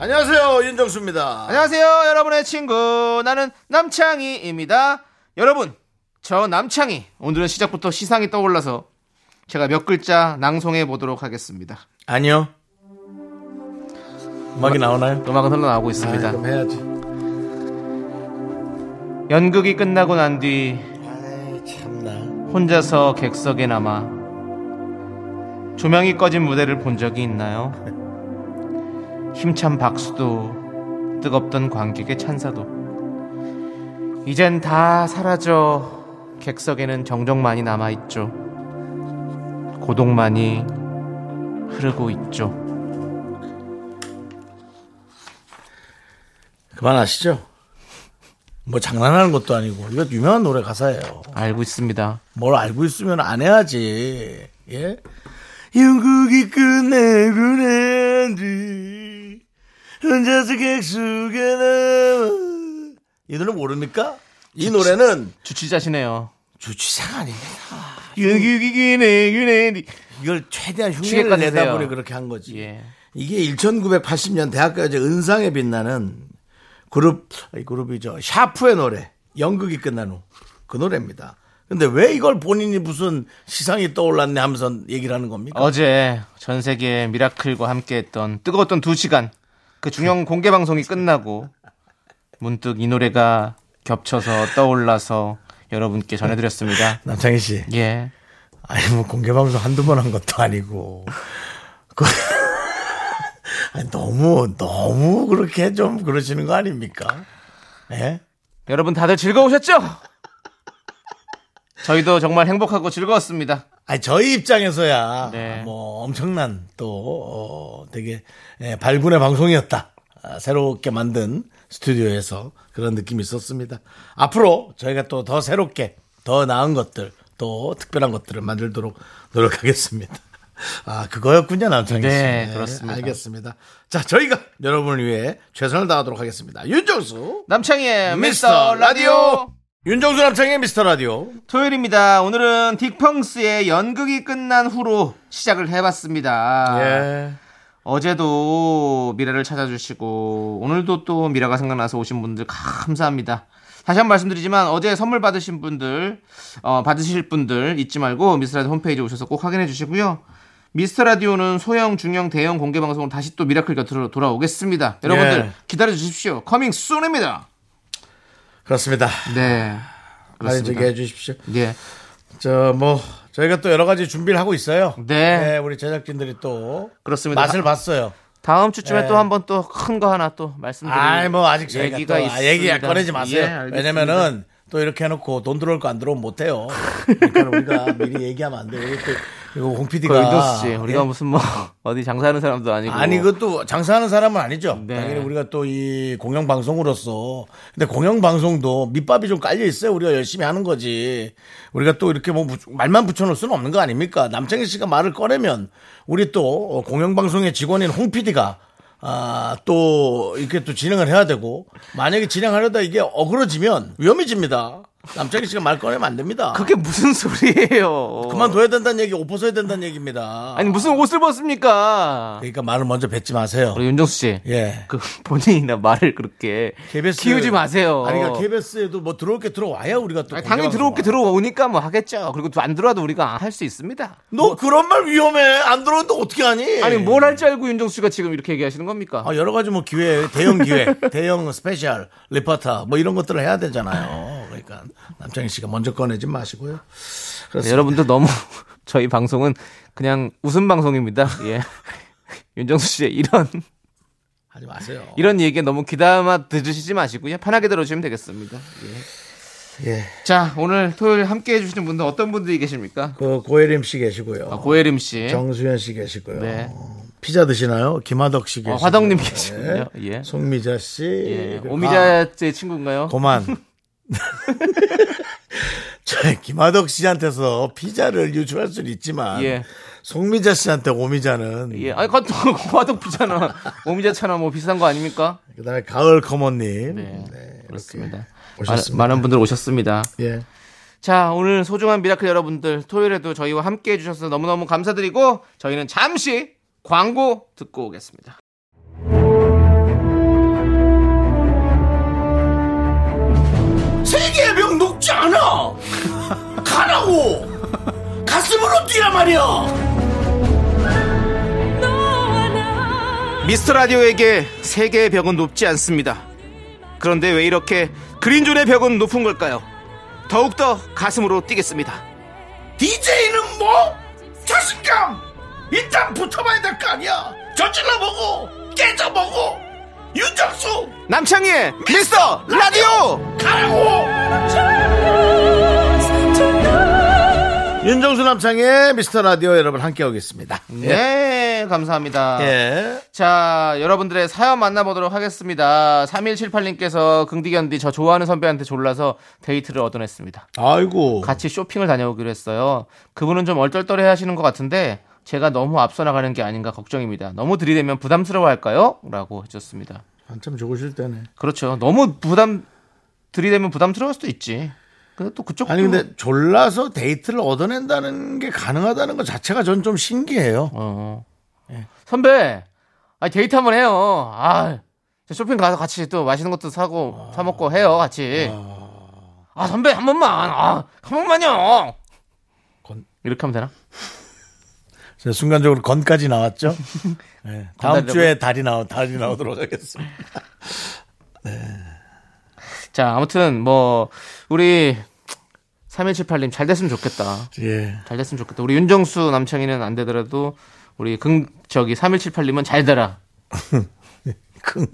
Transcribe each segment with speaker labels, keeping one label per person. Speaker 1: 안녕하세요 윤정수입니다.
Speaker 2: 안녕하세요, 여러분의 친구. 나는 남창희입니다. 여러분, 저 남창희. 오늘은 시작부터 시상이 떠올라서 제가 몇 글자 낭송해 보도록 하겠습니다.
Speaker 1: 아니요. 음악이 나오나요? 아,
Speaker 2: 음악은 흘러나오고 있습니다.
Speaker 1: 그럼 해야지.
Speaker 2: 연극이 끝나고 난 뒤
Speaker 1: 아이 참나.
Speaker 2: 혼자서 객석에 남아 조명이 꺼진 무대를 본 적이 있나요? 힘찬 박수도 뜨겁던 관객의 찬사도 이젠 다 사라져 객석에는 정적만이 남아있죠 고독만이 흐르고 있죠
Speaker 1: 그만하시죠. 뭐 장난하는 것도 아니고 이거 유명한 노래 가사예요.
Speaker 2: 알고 있습니다
Speaker 1: 뭘 알고 있으면 안 해야지. 예? 연극이 끝내고 난뒤 혼자서 객수가 나와 이 노래 모릅니까? 이 노래는
Speaker 2: 주치자시네요
Speaker 1: 주치상 아닙니다.
Speaker 2: 예.
Speaker 1: 이걸 최대한 흉내를
Speaker 2: 취객까지
Speaker 1: 내다
Speaker 2: 돼요. 예.
Speaker 1: 보니 그렇게 한 거지. 이게 1980년 대학가요제 은상에 빛나는 그룹, 아니, 그룹이죠. 샤프의 노래. 연극이 끝난 후 그 노래입니다. 근데 왜 이걸 본인이 무슨 시상이 떠올랐네 하면서 얘기를 하는 겁니까?
Speaker 2: 어제 전 세계 미라클과 함께했던 뜨거웠던 두 시간 그 중형 공개 방송이 끝나고 문득 이 노래가 겹쳐서 떠올라서 여러분께 전해드렸습니다.
Speaker 1: 남창희 씨.
Speaker 2: 예,
Speaker 1: 아니, 뭐 공개방송 한두 번 한 것도 아니고. 그- 아니, 너무, 너무 그렇게 좀 그러시는 거 아닙니까? 예?
Speaker 2: 여러분 다들 즐거우셨죠? 저희도 정말 행복하고 즐거웠습니다.
Speaker 1: 아니 저희 입장에서야
Speaker 2: 네.
Speaker 1: 뭐 엄청난 또 어, 되게 예, 발군의 방송이었다. 아, 새롭게 만든 스튜디오에서 그런 느낌이 있었습니다. 앞으로 저희가 또 더 새롭게 더 나은 것들 또 특별한 것들을 만들도록 노력하겠습니다. 아 그거였군요 남창희 씨.
Speaker 2: 네, 그렇습니다.
Speaker 1: 알겠습니다. 자 저희가 여러분을 위해 최선을 다하도록 하겠습니다. 윤정수
Speaker 2: 남창희의
Speaker 1: 미스터
Speaker 2: 네, 미스터 라디오.
Speaker 1: 라디오 윤정수 남창희 미스터 라디오
Speaker 2: 토요일입니다. 오늘은 딕펑스의 연극이 끝난 후로 시작을 해봤습니다.
Speaker 1: 예.
Speaker 2: 어제도 미라를 찾아주시고 오늘도 또 미라가 생각나서 오신 분들 감사합니다. 다시 한 번 말씀드리지만 어제 선물 받으신 분들 어, 받으실 분들 잊지 말고 미스터라디오 홈페이지 오셔서 꼭 확인해 주시고요. 미스터라디오는 소형, 중형, 대형 공개 방송으로 다시 또 미라클 곁으로 돌아오겠습니다. 여러분들
Speaker 1: 예.
Speaker 2: 기다려 주십시오. 커밍 순입니다.
Speaker 1: 그렇습니다.
Speaker 2: 네.
Speaker 1: 많이
Speaker 2: 그렇습니다.
Speaker 1: 얘기해 주십시오.
Speaker 2: 예.
Speaker 1: 저 뭐 저희가 또 여러 가지 준비를 하고 있어요.
Speaker 2: 네.
Speaker 1: 우리 제작진들이 또
Speaker 2: 그렇습니다.
Speaker 1: 맛을
Speaker 2: 아-
Speaker 1: 봤어요.
Speaker 2: 다음 주쯤에
Speaker 1: 예.
Speaker 2: 또 한 번 또 큰 거 하나 또 말씀드릴
Speaker 1: 아이 뭐 아직 저희가
Speaker 2: 얘기가
Speaker 1: 또 아,
Speaker 2: 있습니다.
Speaker 1: 얘기 꺼내지
Speaker 2: 예,
Speaker 1: 마세요.
Speaker 2: 알겠습니다.
Speaker 1: 왜냐면은 또 이렇게 해놓고 돈 들어올 거 안 들어오면 못 해요. 그러니까 우리가 미리 얘기하면 안 돼요. 우리 또 이거 홍 PD가
Speaker 2: 그
Speaker 1: 예.
Speaker 2: 거의 도스 씨. 우리가 무슨 뭐 어디 장사하는 사람도 아니고.
Speaker 1: 아니 그것도 장사하는 사람은 아니죠.
Speaker 2: 네.
Speaker 1: 당연히 우리가 또 이 공영 방송으로서 근데 공영 방송도 밑밥이 좀 깔려 있어요. 우리가 열심히 하는 거지. 우리가 또 이렇게 뭐 부- 말만 붙여놓을 수는 없는 거 아닙니까? 남창희 씨가 말을 꺼내면 우리 또 공영 방송의 직원인 홍 PD가 아, 아또 이렇게 또 진행을 해야 되고 만약에 진행하려다 이게 어그러지면 위험해집니다. 남창희 씨가 말 꺼내면 안 됩니다.
Speaker 2: 그게 무슨 소리예요?
Speaker 1: 그만둬야 된다는 얘기, 옷 벗어야 된다는 얘기입니다.
Speaker 2: 아니 무슨 옷을 벗습니까?
Speaker 1: 그러니까 말을 먼저 뱉지 마세요.
Speaker 2: 우리 윤정수 씨.
Speaker 1: 예.
Speaker 2: 그 본인이나 말을 그렇게
Speaker 1: KBS
Speaker 2: 키우지 마세요.
Speaker 1: 아니 그러니까 KBS에도 뭐 들어올 게 들어와야 우리가 또
Speaker 2: 아니, 당연히 들어올 게 들어오니까 뭐 하겠죠. 그리고 또 안 들어와도 우리가 할 수 있습니다.
Speaker 1: 너 그런 말 위험해. 안 들어오는데 어떻게 하니? 뭐
Speaker 2: 아니 뭘 할 줄 알고 윤정수 씨가 지금 이렇게 얘기하시는 겁니까?
Speaker 1: 아, 여러 가지 뭐 기회, 대형 기회, 대형 스페셜 리포터 뭐 이런 것들을 해야 되잖아요. 그러니까 남창희 씨가 먼저 꺼내지 마시고요.
Speaker 2: 네,
Speaker 1: 그렇습니다.
Speaker 2: 여러분들 너무 저희 방송은 그냥 웃음 방송입니다. 예. 윤정수 씨의 이런
Speaker 1: 하지 마세요.
Speaker 2: 이런 얘기에 너무 귀담아 들으시지 마시고요. 편하게 들어주시면 되겠습니다. 예.
Speaker 1: 예.
Speaker 2: 자, 오늘 토요일 함께 해주시는 분들 어떤 분들이 계십니까?
Speaker 1: 그 고혜림 씨 계시고요.
Speaker 2: 아, 고혜림 씨.
Speaker 1: 정수현 씨 계시고요.
Speaker 2: 네.
Speaker 1: 피자 드시나요? 김하덕 씨
Speaker 2: 어,
Speaker 1: 어, 계시고
Speaker 2: 화덕님 계시군요. 예.
Speaker 1: 송미자 씨.
Speaker 2: 예.
Speaker 1: 네. 그리고- 아,
Speaker 2: 오미자 제 친구인가요?
Speaker 1: 고만. 자, 김하덕 씨한테서 피자를 유추할 수는 있지만
Speaker 2: 예.
Speaker 1: 송미자 씨한테 오미자는
Speaker 2: 예. 아니, 그건 또 화덕부잖아. 오미자차나 뭐 비슷한 거 아닙니까?
Speaker 1: 그다음에 가을 커머님
Speaker 2: 네. 그렇습니다.
Speaker 1: 오셨습니다.
Speaker 2: 많은, 많은 분들 오셨습니다.
Speaker 1: 예.
Speaker 2: 자, 오늘 소중한 미라클 여러분들, 토요일에도 저희와 함께 해주셔서 너무너무 감사드리고, 저희는 잠시 광고 듣고 오겠습니다.
Speaker 1: 세계의 병 녹지 않아. 가라고. 가슴으로 뛰란 말이야.
Speaker 2: 미스터 라디오에게 세계의 벽은 높지 않습니다. 그런데 왜 이렇게 그린존의 벽은 높은 걸까요? 더욱더 가슴으로 뛰겠습니다.
Speaker 1: DJ는 뭐? 자신감. 일단 붙어봐야 될 거 아니야. 저질러 보고 깨져 보고 윤정수
Speaker 2: 남창희의 미스터 라디오!
Speaker 1: 윤정수 남창의 미스터 라디오 여러분 함께하고 계십니다.
Speaker 2: 네, 감사합니다.
Speaker 1: 예.
Speaker 2: 자, 여러분들의 사연 만나보도록 하겠습니다. 3178님께서 긍디견디 저 좋아하는 선배한테 졸라서 데이트를 얻어냈습니다.
Speaker 1: 아이고.
Speaker 2: 같이 쇼핑을 다녀오기로 했어요. 그분은 좀 얼떨떨해 하시는 것 같은데 제가 너무 앞서 나가는 게 아닌가 걱정입니다. 너무 들이대면 부담스러워 할까요? 라고 해줬습니다.
Speaker 1: 한참 좋으실 때네.
Speaker 2: 그렇죠. 너무 부담, 들이대면 부담스러울 수도 있지. 근데 또 그쪽
Speaker 1: 아니 근데 졸라서 데이트를 얻어낸다는 게 가능하다는 것 자체가 전 좀 신기해요.
Speaker 2: 어. 선배, 아니, 데이트 한번 해요. 아, 저 쇼핑 가서 같이 또 맛있는 것도
Speaker 1: 아.
Speaker 2: 사고, 사먹고 해요, 같이. 아, 선배, 한 번만. 아, 한 번만요.
Speaker 1: 건-
Speaker 2: 이렇게 하면 되나?
Speaker 1: 제가 순간적으로 건까지 나왔죠. 예, 다음
Speaker 2: 건달이라고요?
Speaker 1: 주에 달이 나오 달이 나오도록 하겠습니다.
Speaker 2: 자, 아무튼, 뭐, 우리 3178님 잘 됐으면 좋겠다.
Speaker 1: 예.
Speaker 2: 잘 됐으면 좋겠다. 우리 윤정수 남창희는 안 되더라도, 우리 긍, 저기 3178님은 잘 되라.
Speaker 1: 긍,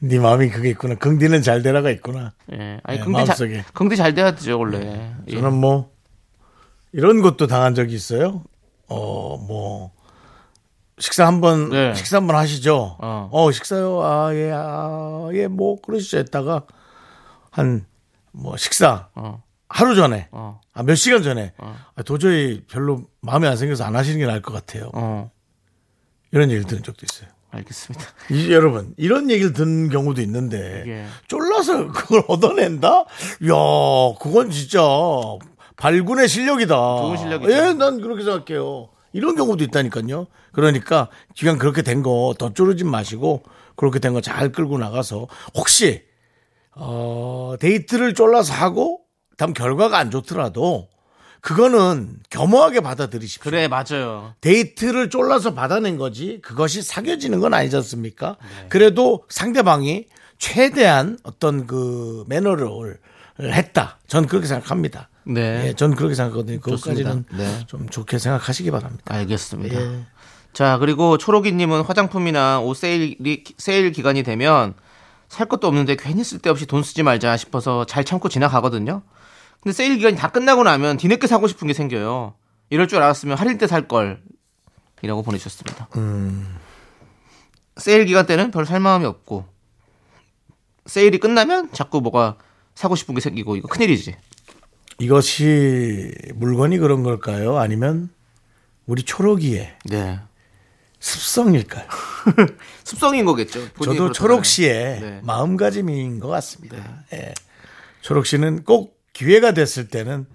Speaker 1: 네 마음이 그게 있구나. 긍디는 잘 되라가 있구나.
Speaker 2: 예. 아니,
Speaker 1: 예,
Speaker 2: 긍디
Speaker 1: 마음속에.
Speaker 2: 잘, 긍디 잘 돼야 되죠, 원래. 예.
Speaker 1: 저는 뭐 이런 것도 당한 적이 있어요. 어, 뭐 식사 한번
Speaker 2: 네.
Speaker 1: 식사 한번 하시죠.
Speaker 2: 어.
Speaker 1: 어, 식사요. 아, 예. 아, 예. 뭐 그러시죠. 했다가 한 뭐 식사
Speaker 2: 어,
Speaker 1: 하루 전에
Speaker 2: 어,
Speaker 1: 아, 몇 시간 전에 아, 도저히 별로 마음에 안 생겨서 안 하시는 게 나을 것 같아요.
Speaker 2: 어.
Speaker 1: 이런 얘기를 들은 적도 있어요.
Speaker 2: 알겠습니다.
Speaker 1: 이, 여러분 이런 얘기를 듣는 경우도 있는데
Speaker 2: 예.
Speaker 1: 쫄라서 그걸 얻어낸다? 야, 그건 진짜 발군의 실력이다.
Speaker 2: 좋은 실력이죠.
Speaker 1: 예, 난 그렇게 생각해요. 이런 경우도 있다니까요. 그러니까 기왕 그렇게 된 거 더 쪼르지 마시고 그렇게 된 거 잘 끌고 나가서 혹시 어, 데이트를 쫄라서 하고 다음 결과가 안 좋더라도 그거는 겸허하게 받아들이십시오.
Speaker 2: 그래, 맞아요.
Speaker 1: 데이트를 쫄라서 받아낸 거지 그것이 사겨지는 건 아니지 않습니까?
Speaker 2: 네.
Speaker 1: 그래도 상대방이 최대한 어떤 그 매너를 했다. 전 그렇게 생각합니다.
Speaker 2: 네.
Speaker 1: 예, 전 그렇게 생각하거든요. 그것까지는
Speaker 2: 좋습니다. 네.
Speaker 1: 좀 좋게 생각하시기 바랍니다.
Speaker 2: 알겠습니다. 자, 그리고 초록이님은 화장품이나 옷 세일이, 세일 기간이 되면 살 것도 없는데 괜히 쓸데없이 돈 쓰지 말자 싶어서 잘 참고 지나가거든요. 근데 세일 기간이 다 끝나고 나면 뒤늦게 사고 싶은 게 생겨요. 이럴 줄 알았으면 할인 때 살 걸. 이라고 보내주셨습니다. 세일 기간 때는 별 살 마음이 없고 세일이 끝나면 자꾸 뭐가 사고 싶은 게 생기고 이거 큰일이지.
Speaker 1: 이것이 물건이 그런 걸까요? 아니면 우리 초록이의
Speaker 2: 네.
Speaker 1: 습성일까요?
Speaker 2: 습성인 거겠죠. 본인이
Speaker 1: 저도
Speaker 2: 그렇다면.
Speaker 1: 초록 씨의
Speaker 2: 네.
Speaker 1: 마음가짐인 것 같습니다. 예. 초록 씨는 꼭 기회가 됐을 때는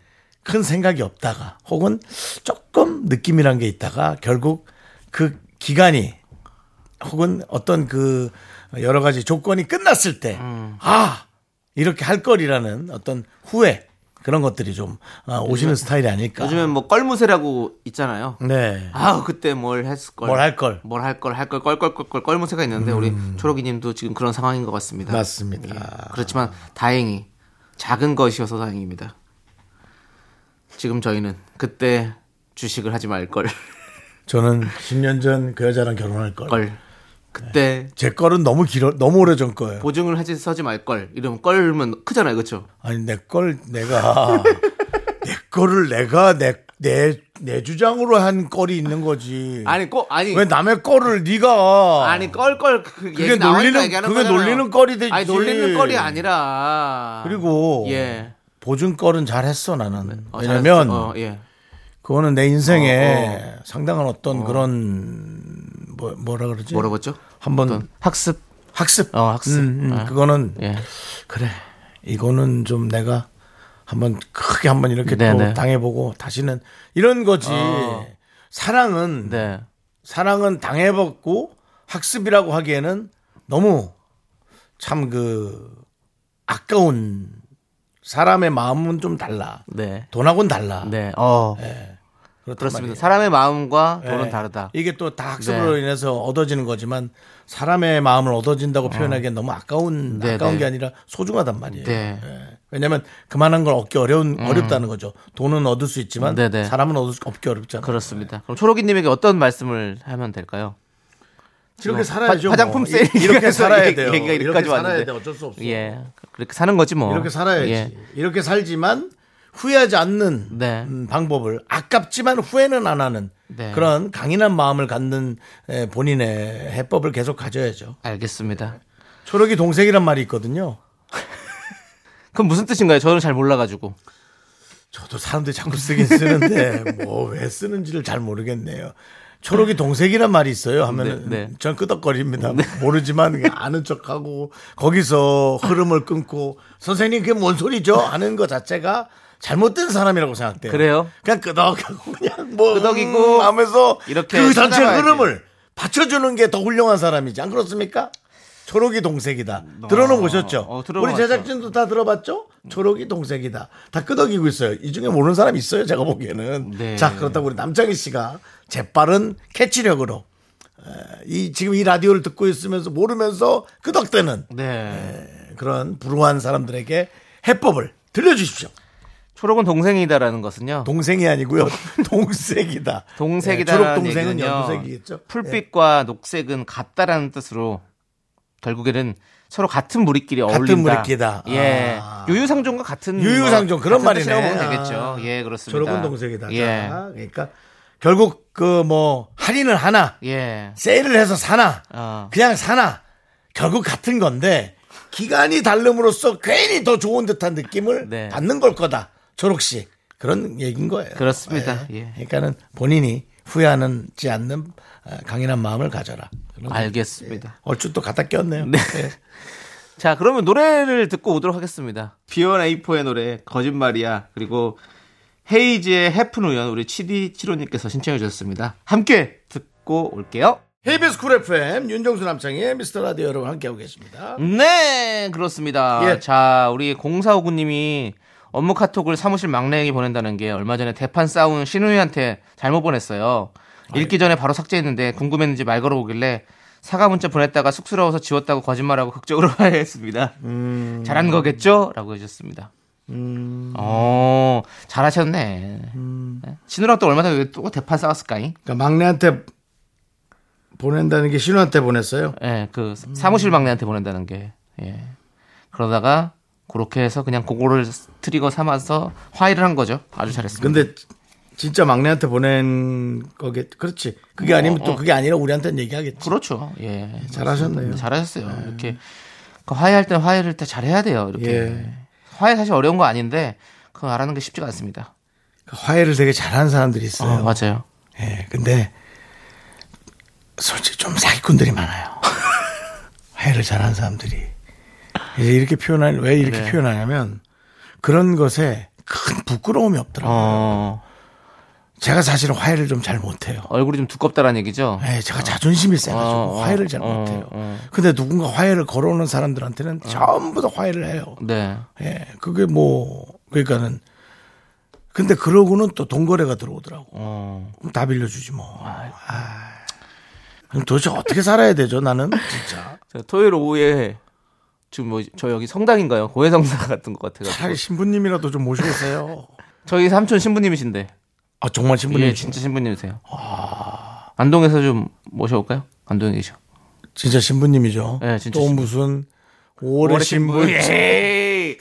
Speaker 1: 큰 생각이 없다가 혹은 조금 느낌이란 게 있다가 결국 그 기간이 혹은 어떤 그 여러 가지 조건이 끝났을 때,
Speaker 2: 음.
Speaker 1: 아! 이렇게 할 거리라는 어떤 후회 그런 것들이 좀 아, 오시는 스타일이 아닐까.
Speaker 2: 요즘엔 뭐 껄무새라고 있잖아요.
Speaker 1: 네.
Speaker 2: 아 그때 뭘 했을 걸.
Speaker 1: 뭘 할 걸. 음.
Speaker 2: 뭘 할 걸, 할 걸, 껄껄껄껄 껄무새가 있는데 우리 초록이님도 지금 그런 상황인 것 같습니다. 예.
Speaker 1: 맞습니다.
Speaker 2: 그렇지만 다행히 작은 것이어서 다행입니다. 지금 저희는 그때 주식을 하지 말 걸,
Speaker 1: 저는 10년 전 그 여자랑 결혼할 걸.
Speaker 2: 걸. 그때
Speaker 1: 제 걸은 너무 길어, 너무 오래 전 거예요.
Speaker 2: 보증을 하지 서지 말 걸. 이러면 껄면 크잖아요, 그렇죠?
Speaker 1: 아니 내 걸 내가 내 거를 내가 내 내 내 주장으로 한 꼴이 있는 거지.
Speaker 2: 아니 꼭 아니
Speaker 1: 음. 왜 남의 꼴을 네가
Speaker 2: 아니 껄껄 그
Speaker 1: 그게
Speaker 2: 얘기 나오니까
Speaker 1: 놀리는-
Speaker 2: 얘기하는
Speaker 1: 그게
Speaker 2: 거잖아요.
Speaker 1: 놀리는 껄이 되지.
Speaker 2: 아니 놀리는 껄이 아니라
Speaker 1: 그리고
Speaker 2: 예.
Speaker 1: 보증 꼴은 잘했어 나는.
Speaker 2: 어,
Speaker 1: 왜냐면
Speaker 2: 잘했어. 어, 예.
Speaker 1: 그거는 내 인생에 상당한 어떤 그런 뭐, 뭐라 그러지?
Speaker 2: 뭐라고 했죠?
Speaker 1: 한번
Speaker 2: 어떤 학습.
Speaker 1: 학습.
Speaker 2: 어, 학습.
Speaker 1: 음, 음,
Speaker 2: 아.
Speaker 1: 그거는
Speaker 2: 예.
Speaker 1: 그래 이거는 좀 내가 한번 크게 한번 이렇게
Speaker 2: 네,
Speaker 1: 또
Speaker 2: 네.
Speaker 1: 당해보고 다시는 이런 거지 사랑은
Speaker 2: 네.
Speaker 1: 사랑은 당해봤고 학습이라고 하기에는 너무 참 그 아까운 사람의 마음은 좀 달라
Speaker 2: 네.
Speaker 1: 돈하고는 달라
Speaker 2: 네. 어.
Speaker 1: 그렇단
Speaker 2: 그렇습니다.
Speaker 1: 말이에요.
Speaker 2: 사람의 마음과 돈은
Speaker 1: 예.
Speaker 2: 다르다.
Speaker 1: 이게 또 다 학습으로
Speaker 2: 네.
Speaker 1: 인해서 얻어지는 거지만 사람의 마음을 얻어진다고 표현하기엔 너무 아까운
Speaker 2: 네,
Speaker 1: 아까운
Speaker 2: 네.
Speaker 1: 게 아니라 소중하단 말이에요.
Speaker 2: 네. 음.
Speaker 1: 예. 왜냐하면 그만한 걸 얻기 어려운 어렵다는 거죠. 돈은 얻을 수 있지만
Speaker 2: 네, 그렇죠. 네.
Speaker 1: 사람은 얻을 수 없기 어렵잖아요.
Speaker 2: 그렇습니다. 그럼 초록이 님에게 어떤 말씀을 하면 될까요?
Speaker 1: 이렇게 살아야죠.
Speaker 2: 화- 화장품
Speaker 1: 뭐.
Speaker 2: 세일
Speaker 1: 이- 이렇게
Speaker 2: 얘기해서
Speaker 1: 살아야
Speaker 2: 얘기-
Speaker 1: 돼요.
Speaker 2: 얘기가
Speaker 1: 이렇게
Speaker 2: 여기까지
Speaker 1: 살아야
Speaker 2: 왔는데.
Speaker 1: 돼. 어쩔 수 없어.
Speaker 2: 예. 그렇게 사는 거지 뭐.
Speaker 1: 이렇게 살아야지.
Speaker 2: 예.
Speaker 1: 이렇게 살지만 후회하지 않는
Speaker 2: 네.
Speaker 1: 음, 방법을 아깝지만 후회는 안 하는
Speaker 2: 네.
Speaker 1: 그런 강인한 마음을 갖는 에, 본인의 해법을 계속 가져야죠.
Speaker 2: 알겠습니다.
Speaker 1: 초록이 동생이란 말이 있거든요.
Speaker 2: 그럼 무슨 뜻인가요? 저는 잘 몰라 가지고.
Speaker 1: 저도 사람들이 자꾸 쓰긴 쓰는데 뭐 왜 쓰는지를 잘 모르겠네요. 초록이 동색이란 말이 있어요 하면은
Speaker 2: 네, 네.
Speaker 1: 전 끄덕거립니다. 모르지만 그냥 아는 척하고 거기서 흐름을 끊고 선생님 그게 뭔 소리죠? 하는 것 자체가 잘못된 사람이라고 생각돼요.
Speaker 2: 그래요?
Speaker 1: 그냥 끄덕하고 그냥 뭐
Speaker 2: 끄덕이고
Speaker 1: 음 하면서
Speaker 2: 이렇게
Speaker 1: 그 자체
Speaker 2: 찾아가야지.
Speaker 1: 흐름을 받쳐주는 게 더 훌륭한 사람이지 안 그렇습니까? 초록이 동색이다. 들어는 보셨죠?
Speaker 2: 음, 어, 들어본
Speaker 1: 우리
Speaker 2: 것 같아요.
Speaker 1: 제작 진도다 들어봤죠? 초록이 동색이다. 다 끄덕이고 있어요. 이 중에 모르는 사람 있어요, 제가 보기에는.
Speaker 2: 네.
Speaker 1: 자, 그렇다고 우리 남창희 씨가 재빠른 캐치력으로 에, 이 지금 이 라디오를 듣고 있으면서 모르면서 끄덕대는
Speaker 2: 네.
Speaker 1: 에, 그런 불우한 사람들에게 해법을 들려주십시오.
Speaker 2: 초록은 동생이다라는 것은요.
Speaker 1: 동생이 아니고요, 동색이다.
Speaker 2: 동색이다라는
Speaker 1: 초록 동생은
Speaker 2: 얘기는요.
Speaker 1: 네, 연두색이겠죠. 예.
Speaker 2: 풀빛과 녹색은 같다라는 뜻으로 결국에는 서로 같은 무리끼리 어울린다.
Speaker 1: 무리끼리다.
Speaker 2: 예.
Speaker 1: 아.
Speaker 2: 유유상종과 같은
Speaker 1: 유유상종,
Speaker 2: 뭐,
Speaker 1: 그런
Speaker 2: 같은 뜻이라고
Speaker 1: 말이네.
Speaker 2: 보면 되겠죠.
Speaker 1: 아.
Speaker 2: 예, 그렇습니다.
Speaker 1: 초록은 동색이다. 자,
Speaker 2: 예.
Speaker 1: 그러니까 결국 그 뭐 할인을 하나,
Speaker 2: 예.
Speaker 1: 세일을 해서 사나,
Speaker 2: 어.
Speaker 1: 그냥 사나 결국 같은 건데 기간이 다름으로써 괜히 더 좋은 듯한 느낌을
Speaker 2: 네.
Speaker 1: 받는 걸 거다. 초록 씨 그런 얘기인 거예요.
Speaker 2: 그렇습니다. 예.
Speaker 1: 그러니까는 본인이 후회하는지 않는 어, 강인한 마음을 가져라. 그런 거.
Speaker 2: 알겠습니다.
Speaker 1: 얼추 또 갖다 꼈네요. 예.
Speaker 2: 자, 그러면 노래를 듣고 오도록 하겠습니다. 비온 에이포의 노래 거짓말이야. 그리고 헤이즈의 해픈 우연 우리 치디 치로님께서 신청해 주셨습니다. 함께 듣고 올게요.
Speaker 1: KBS 쿨 FM 윤정수 남창의 미스터 라디오 여러분 함께하고 계십니다.
Speaker 2: 네, 그렇습니다.
Speaker 1: 예.
Speaker 2: 자, 우리 0459님이 업무 카톡을 사무실 막내에게 보낸다는 게 얼마 전에 대판 싸운 신우이한테 잘못 보냈어요. 읽기 전에 바로 삭제했는데 궁금했는지 말 걸어보길래 사과 문자 보냈다가 쑥스러워서 지웠다고 거짓말하고 극적으로 화해했습니다. 잘한 거겠죠? 라고 해주셨습니다. 어, 잘하셨네. 네. 신우랑 또 얼마 전에 왜또 대판 싸웠을까잉?
Speaker 1: 그러니까 막내한테 보낸다는 게 신우한테 보냈어요.
Speaker 2: 예, 그 사무실
Speaker 1: 음.
Speaker 2: 막내한테 보낸다는 게. 예. 그러다가 그렇게 해서 그냥 그거를 트리거 삼아서 화해를 한 거죠. 아주 잘했습니다.
Speaker 1: 음. 근데 진짜 막내한테 보낸 거겠. 그렇지. 그게 아니면 또 그게 아니라 우리한테는 얘기하겠지.
Speaker 2: 어, 그렇죠. 예.
Speaker 1: 잘하셨네요.
Speaker 2: 잘하셨어요. 이렇게 그 화해할 때 화해를 때 잘해야 돼요. 이렇게.
Speaker 1: 예.
Speaker 2: 화해 사실 어려운 거 아닌데 그거 알아는 게 쉽지가 않습니다.
Speaker 1: 그러니까 화해를 되게 잘하는 사람들이
Speaker 2: 어,
Speaker 1: 있어요.
Speaker 2: 맞아요.
Speaker 1: 예. 근데 솔직히 좀 사기꾼들이 많아요. 화해를 잘하는 사람들이 이제 이렇게 표현한 왜 이렇게
Speaker 2: 네.
Speaker 1: 표현하냐면 그런 것에 큰 부끄러움이 없더라고요.
Speaker 2: 어,
Speaker 1: 제가 사실은 화해를 좀 잘 못해요.
Speaker 2: 얼굴이 좀 두껍다라는 얘기죠.
Speaker 1: 예, 제가 자존심이 세가지고
Speaker 2: 어, 어,
Speaker 1: 화해를 잘
Speaker 2: 어,
Speaker 1: 못해요.
Speaker 2: 어.
Speaker 1: 근데 누군가 화해를 걸어오는 사람들한테는 전부 다 화해를 해요.
Speaker 2: 네.
Speaker 1: 예, 그게 뭐 그러니까는 근데 그러고는 또 돈거래가 들어오더라고.
Speaker 2: 어.
Speaker 1: 그럼 다 빌려주지 뭐. 아, 그럼 도대체 어떻게 살아야 되죠? 나는 진짜
Speaker 2: 자, 토요일 오후에 지금 뭐 저 여기 성당인가요? 고해 성당 같은 것 같아요.
Speaker 1: 차라리 신부님이라도 좀 모시고 오세요.
Speaker 2: 저희 삼촌 신부님이신데.
Speaker 1: 아 정말 신부님
Speaker 2: 예, 아. 진짜 신부님이세요. 안동에서 좀 모셔올까요? 안동에 계셔.
Speaker 1: 진짜 신부님이죠.
Speaker 2: 예, 진짜
Speaker 1: 또
Speaker 2: 신부. 예.
Speaker 1: 무슨 오래 신부
Speaker 2: 에이!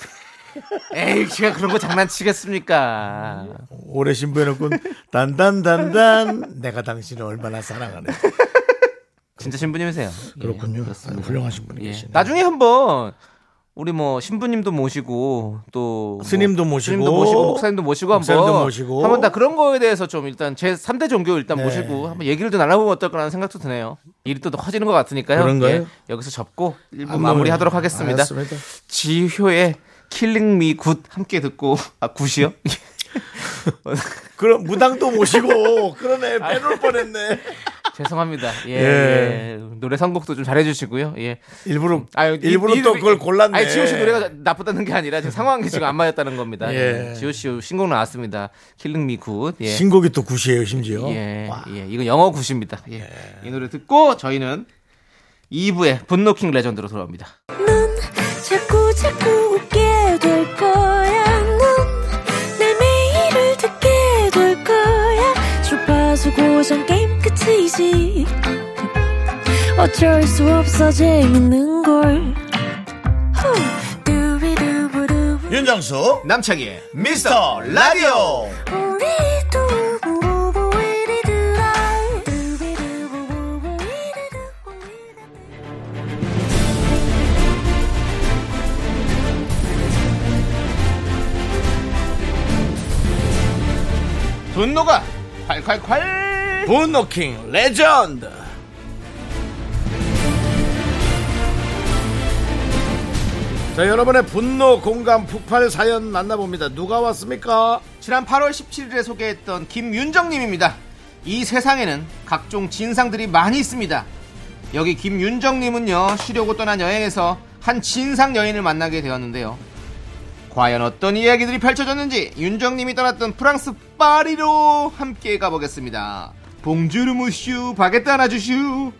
Speaker 2: 에이, 제가 그런 거 장난치겠습니까?
Speaker 1: 오래 신부해놓고 단단단단 내가 당신을 얼마나 사랑하네.
Speaker 2: 예, 진짜 신부님이세요.
Speaker 1: 그렇군요. 아유, 훌륭하신 분이
Speaker 2: 예.
Speaker 1: 계시네.
Speaker 2: 나중에 한번 우리 뭐 신부님도 모시고 또
Speaker 1: 스님도
Speaker 2: 뭐
Speaker 1: 모시고,
Speaker 2: 스님도 모시고 목사님도 모시고 한번
Speaker 1: 목사님도 모시고.
Speaker 2: 한번 다 그런 거에 대해서 좀 일단 제 3대 종교 일단
Speaker 1: 네.
Speaker 2: 모시고 한번 얘기를 좀 나눠보면 어떨까라는 생각도 드네요. 일이 또 커지는 것 같으니까요. 예,
Speaker 1: 그런가요? 아, 네.
Speaker 2: 여기서 접고 일부
Speaker 1: 한번
Speaker 2: 뭐 마무리하도록 하겠습니다.
Speaker 1: 알았습니다.
Speaker 2: 지효의 킬링 미 굿 함께 듣고 아 굿이요?
Speaker 1: 그럼 무당도 모시고 그러네 빼놓을 뻔했네.
Speaker 2: 죄송합니다. 예,
Speaker 1: 예.
Speaker 2: 예. 노래 선곡도 좀 잘해주시고요. 예.
Speaker 1: 일부러
Speaker 2: 아유, 이-
Speaker 1: 일부러
Speaker 2: 이-
Speaker 1: 또 그걸 골랐네.
Speaker 2: 아니 지호 씨 노래가 나쁘다는 게 아니라 지금 상황이 지금 안 맞았다는 겁니다.
Speaker 1: 예.
Speaker 2: 예. 지호 씨 신곡 나왔습니다. 킬링 미 굿. 예.
Speaker 1: 신곡이 또 굿이에요 심지어.
Speaker 2: 예.
Speaker 1: 와.
Speaker 2: 예. 이거 영어 굿입니다. 예. 이 노래 듣고 저희는 2부의 분노킹 레전드로 돌아옵니다.
Speaker 3: 자꾸 자꾸 웃게 될 거야. 넌내 매일을 듣게 될 거야. 주파수 고정 게임 끝이지. 어쩔 수 없어 재밌는 걸. 후. 두비두부두부.
Speaker 1: 윤정수
Speaker 2: 남창희의
Speaker 1: 미스터 라디오.
Speaker 3: 우리 두부부부 우리들아. 두비두부부부 우리들아. 우리들아.
Speaker 2: 분노가 콸콸콸.
Speaker 1: 분노킹 레전드. 자 여러분의 분노 공감 폭발 사연 만나봅니다. 누가 왔습니까?
Speaker 2: 지난 8월 17일에 소개했던 김윤정님입니다. 이 세상에는 각종 진상들이 많이 있습니다. 여기 김윤정님은요, 쉬려고 떠난 여행에서 한 진상 여인을 만나게 되었는데요. 과연 어떤 이야기들이 펼쳐졌는지 윤정님이 떠났던 프랑스 파리로 함께 가보겠습니다. 봉주르 무슈, 바게트 하나 주슈.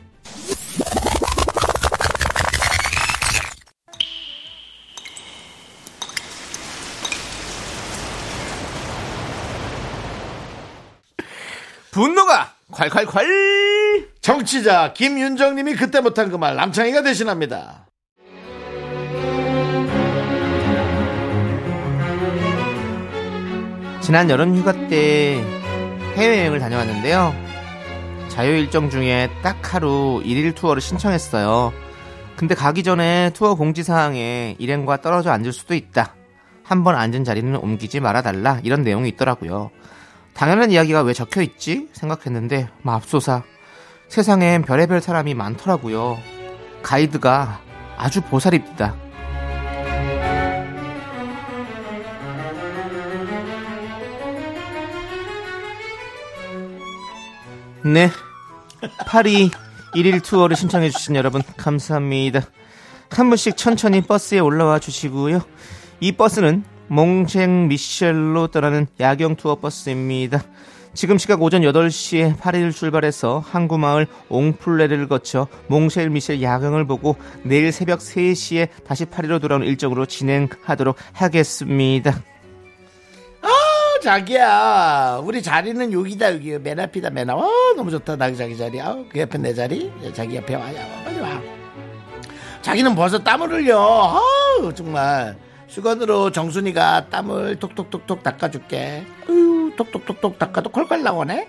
Speaker 2: 분노가 콸콸콸!
Speaker 1: 정치자 김윤정님이 그때 못한 그 말 남창희가 대신합니다.
Speaker 2: 지난 여름 휴가 때 해외여행을 다녀왔는데요. 자유 일정 중에 딱 하루 일일 투어를 신청했어요. 근데 가기 전에 투어 공지사항에 일행과 떨어져 앉을 수도 있다. 한번 앉은 자리는 옮기지 말아달라. 이런 내용이 있더라고요. 당연한 이야기가 왜 적혀 있지? 생각했는데, 맙소사. 세상엔 별의별 사람이 많더라고요. 가이드가 아주 보살입니다. 네. 파리 1일 투어를 신청해주신 여러분, 감사합니다. 한 분씩 천천히 버스에 올라와 주시고요. 이 버스는 몽생 미셸로 떠나는 야경 투어 버스입니다. 지금 시각 오전 8시에 파리를 출발해서 항구마을 옹플레를 거쳐 몽쉘 미셸 야경을 보고 내일 새벽 3시에 다시 파리로 돌아오는 일정으로 진행하도록 하겠습니다.
Speaker 1: 어, 자기야 우리 자리는 여기다 여기 맨 앞이다 맨 앞. 어, 너무 좋다 나 자기 자리. 아, 그 옆에 내 자리. 야, 자기 옆에 와야 빨리 와. 자기는 벌써 땀을 흘려. 아우 정말 수건으로 정순이가 땀을 톡톡톡톡 닦아줄게. 아유 톡톡톡톡 닦아도 콜콜 나오네.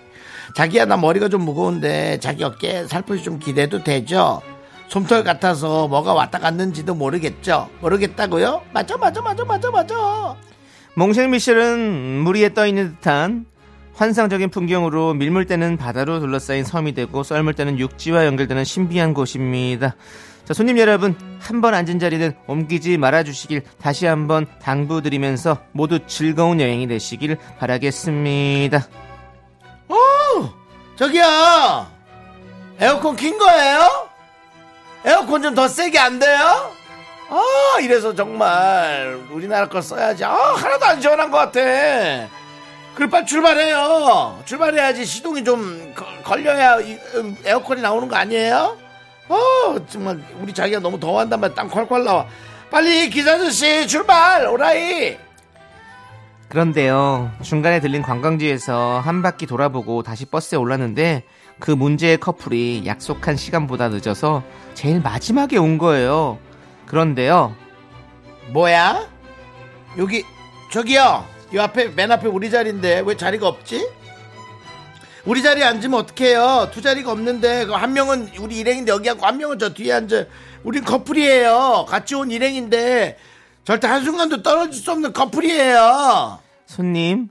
Speaker 1: 자기야 나 머리가 좀 무거운데 자기 어깨 살포시 좀 기대도 되죠? 솜털 같아서 뭐가 왔다 갔는지도 모르겠죠? 모르겠다고요? 맞아 맞아 맞아 맞아 맞아.
Speaker 2: 몽쉘 미셸은 물 위에 떠 있는 듯한 환상적인 풍경으로 밀물 때는 바다로 둘러싸인 섬이 되고 썰물 때는 육지와 연결되는 신비한 곳입니다. 자, 손님 여러분, 한 번 앉은 자리는 옮기지 말아주시길 다시 한번 당부드리면서 모두 즐거운 여행이 되시길 바라겠습니다.
Speaker 1: 어, 저기요. 에어컨 킨 거예요? 에어컨 좀 더 세게 안 돼요? 아, 이래서 정말 우리나라 걸 써야지. 아, 하나도 안 시원한 것 같아. 그래, 빨리 출발해요. 출발해야지 시동이 좀 거- 걸려야 이- 음, 에어컨이 나오는 거 아니에요? 어, 정말 우리 자기가 너무 더워한단 말이야. 땀 콸콸 나와. 빨리 기사 아저씨 출발! 오라이!
Speaker 2: 그런데요, 중간에 들린 관광지에서 한 바퀴 돌아보고 다시 버스에 올랐는데 그 문제의 커플이 약속한 시간보다 늦어서 제일 마지막에 온 거예요. 그런데요,
Speaker 1: 뭐야? 여기 저기요 이 앞에 맨 앞에 우리 자리인데 왜 자리가 없지? 우리 자리에 앉으면 어떡해요 두 자리가 없는데 그 한 명은 우리 일행인데 여기 앉고 한 명은 저 뒤에 앉아 우린 커플이에요 같이 온 일행인데 절대 한순간도 떨어질 수 없는 커플이에요
Speaker 2: 손님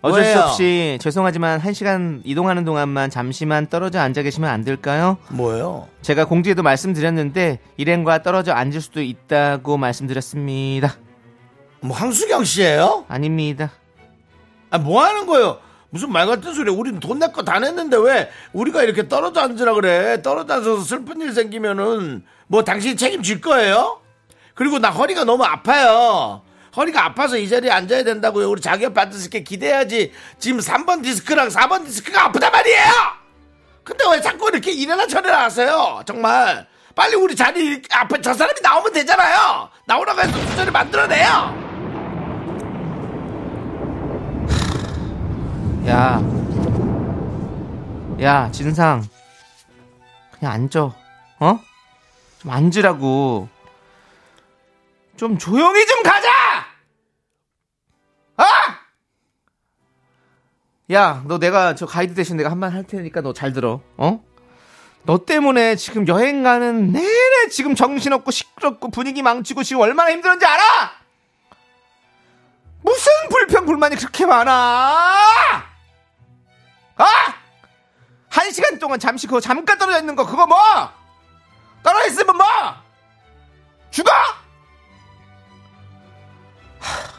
Speaker 2: 어쩔
Speaker 1: 뭐예요?
Speaker 2: 수 없이 죄송하지만 한 시간 이동하는 동안만 잠시만 떨어져 앉아 계시면 안 될까요?
Speaker 1: 뭐예요?
Speaker 2: 제가 공지에도 말씀드렸는데 일행과 떨어져 앉을 수도 있다고 말씀드렸습니다.
Speaker 1: 뭐 황수경 씨예요?
Speaker 2: 아닙니다.
Speaker 1: 아, 뭐 하는 거예요? 무슨 말 같은 소리야. 우린 돈 낼 거 다 냈는데 왜 우리가 이렇게 떨어져 앉으라 그래? 떨어져 앉아서 슬픈 일 생기면은 뭐 당신이 책임질 거예요? 그리고 나 허리가 너무 아파요. 허리가 아파서 이 자리에 앉아야 된다고요. 우리 자격 받으실 게 기대해야지. 지금 3번 디스크랑 4번 디스크가 아프단 말이에요! 근데 왜 자꾸 이렇게 이래나 저래나 하세요? 정말. 빨리 우리 자리 앞에 저 사람이 나오면 되잖아요! 나오라고 해서 구절을 만들어내요!
Speaker 2: 야, 야 진상, 그냥 앉아, 어? 좀 앉으라고. 좀 조용히 좀 가자. 아! 야, 너 내가 저 가이드 대신 내가 한 말 할 테니까 너 잘 들어, 어? 너 때문에 지금 여행 가는 내내 지금 정신없고 시끄럽고 분위기 망치고 지금 얼마나 힘들었는지 알아? 무슨 불평 불만이 그렇게 많아? 아! 한 시간 동안 잠시 그거 잠깐 떨어져 있는 거 그거 뭐? 떨어져 있으면 뭐? 죽어? 하,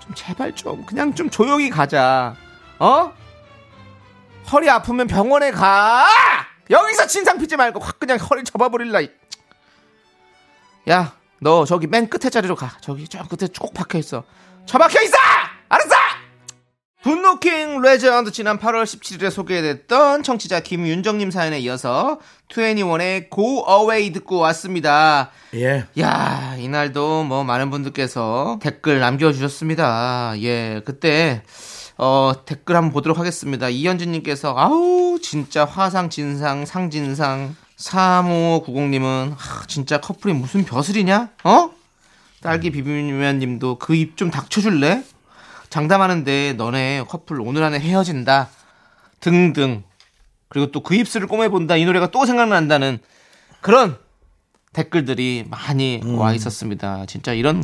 Speaker 2: 좀 제발 좀 그냥 좀 조용히 가자. 어? 허리 아프면 병원에 가. 여기서 진상 피지 말고 확 그냥 허리 접어버릴라. 이- 야, 너 저기 맨 끝에 자리로 가. 저기 저 끝에 쭉 박혀 있어. 처박혀 있어! 알았어! 분노킹 레전드 지난 8월 17일에 소개됐던 청취자 김윤정님 사연에 이어서 21의 Go Away 듣고 왔습니다.
Speaker 1: 예.
Speaker 2: 야 이날도 뭐 많은 분들께서 댓글 남겨주셨습니다. 예, 그때 어, 댓글 한번 보도록 하겠습니다. 이현진님께서 아우 진짜 화상 진상 상진상 3590님은 진짜 커플이 무슨 벼슬이냐? 어? 딸기 비빔면님도 그 입 좀 닥쳐줄래? 장담하는데 너네 커플 오늘 안에 헤어진다 등등 그리고 또 그 입술을 꼬매본다 이 노래가 또 생각난다는 그런 댓글들이 많이 와 있었습니다. 진짜 이런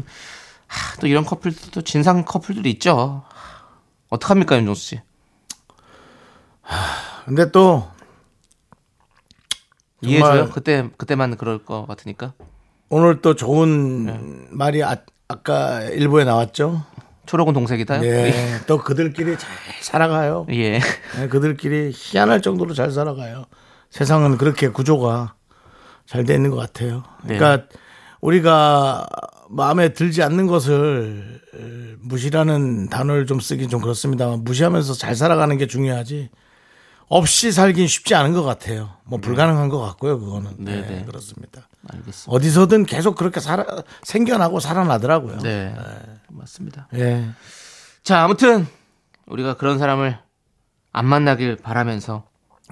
Speaker 2: 하, 또 이런 커플들도 진상 커플들이 있죠. 어떡 합니까 윤종수 씨?
Speaker 1: 근데 또
Speaker 2: 이해해줘요. 그때 그때만 그럴 것 같으니까
Speaker 1: 오늘 또 좋은 말이 아, 아까 일부에 나왔죠.
Speaker 2: 초록은 동색이다.
Speaker 1: 예. 또 그들끼리 잘 살아가요.
Speaker 2: 예.
Speaker 1: 예, 그들끼리 희한할 정도로 잘 살아가요. 세상은 그렇게 구조가 잘 돼 있는 것 같아요.
Speaker 2: 네.
Speaker 1: 그러니까 우리가 마음에 들지 않는 것을 에, 무시라는 단어를 좀 쓰긴 좀 그렇습니다만 무시하면서 잘 살아가는 게 중요하지 없이 살긴 쉽지 않은 것 같아요. 뭐 불가능한 것 같고요, 그거는. 네,
Speaker 2: 네.
Speaker 1: 그렇습니다.
Speaker 2: 알겠습니다.
Speaker 1: 어디서든 계속 그렇게 살아 생겨나고 살아나더라고요.
Speaker 2: 네. 맞습니다.
Speaker 1: 예.
Speaker 2: 자 아무튼 우리가 그런 사람을 안 만나길 바라면서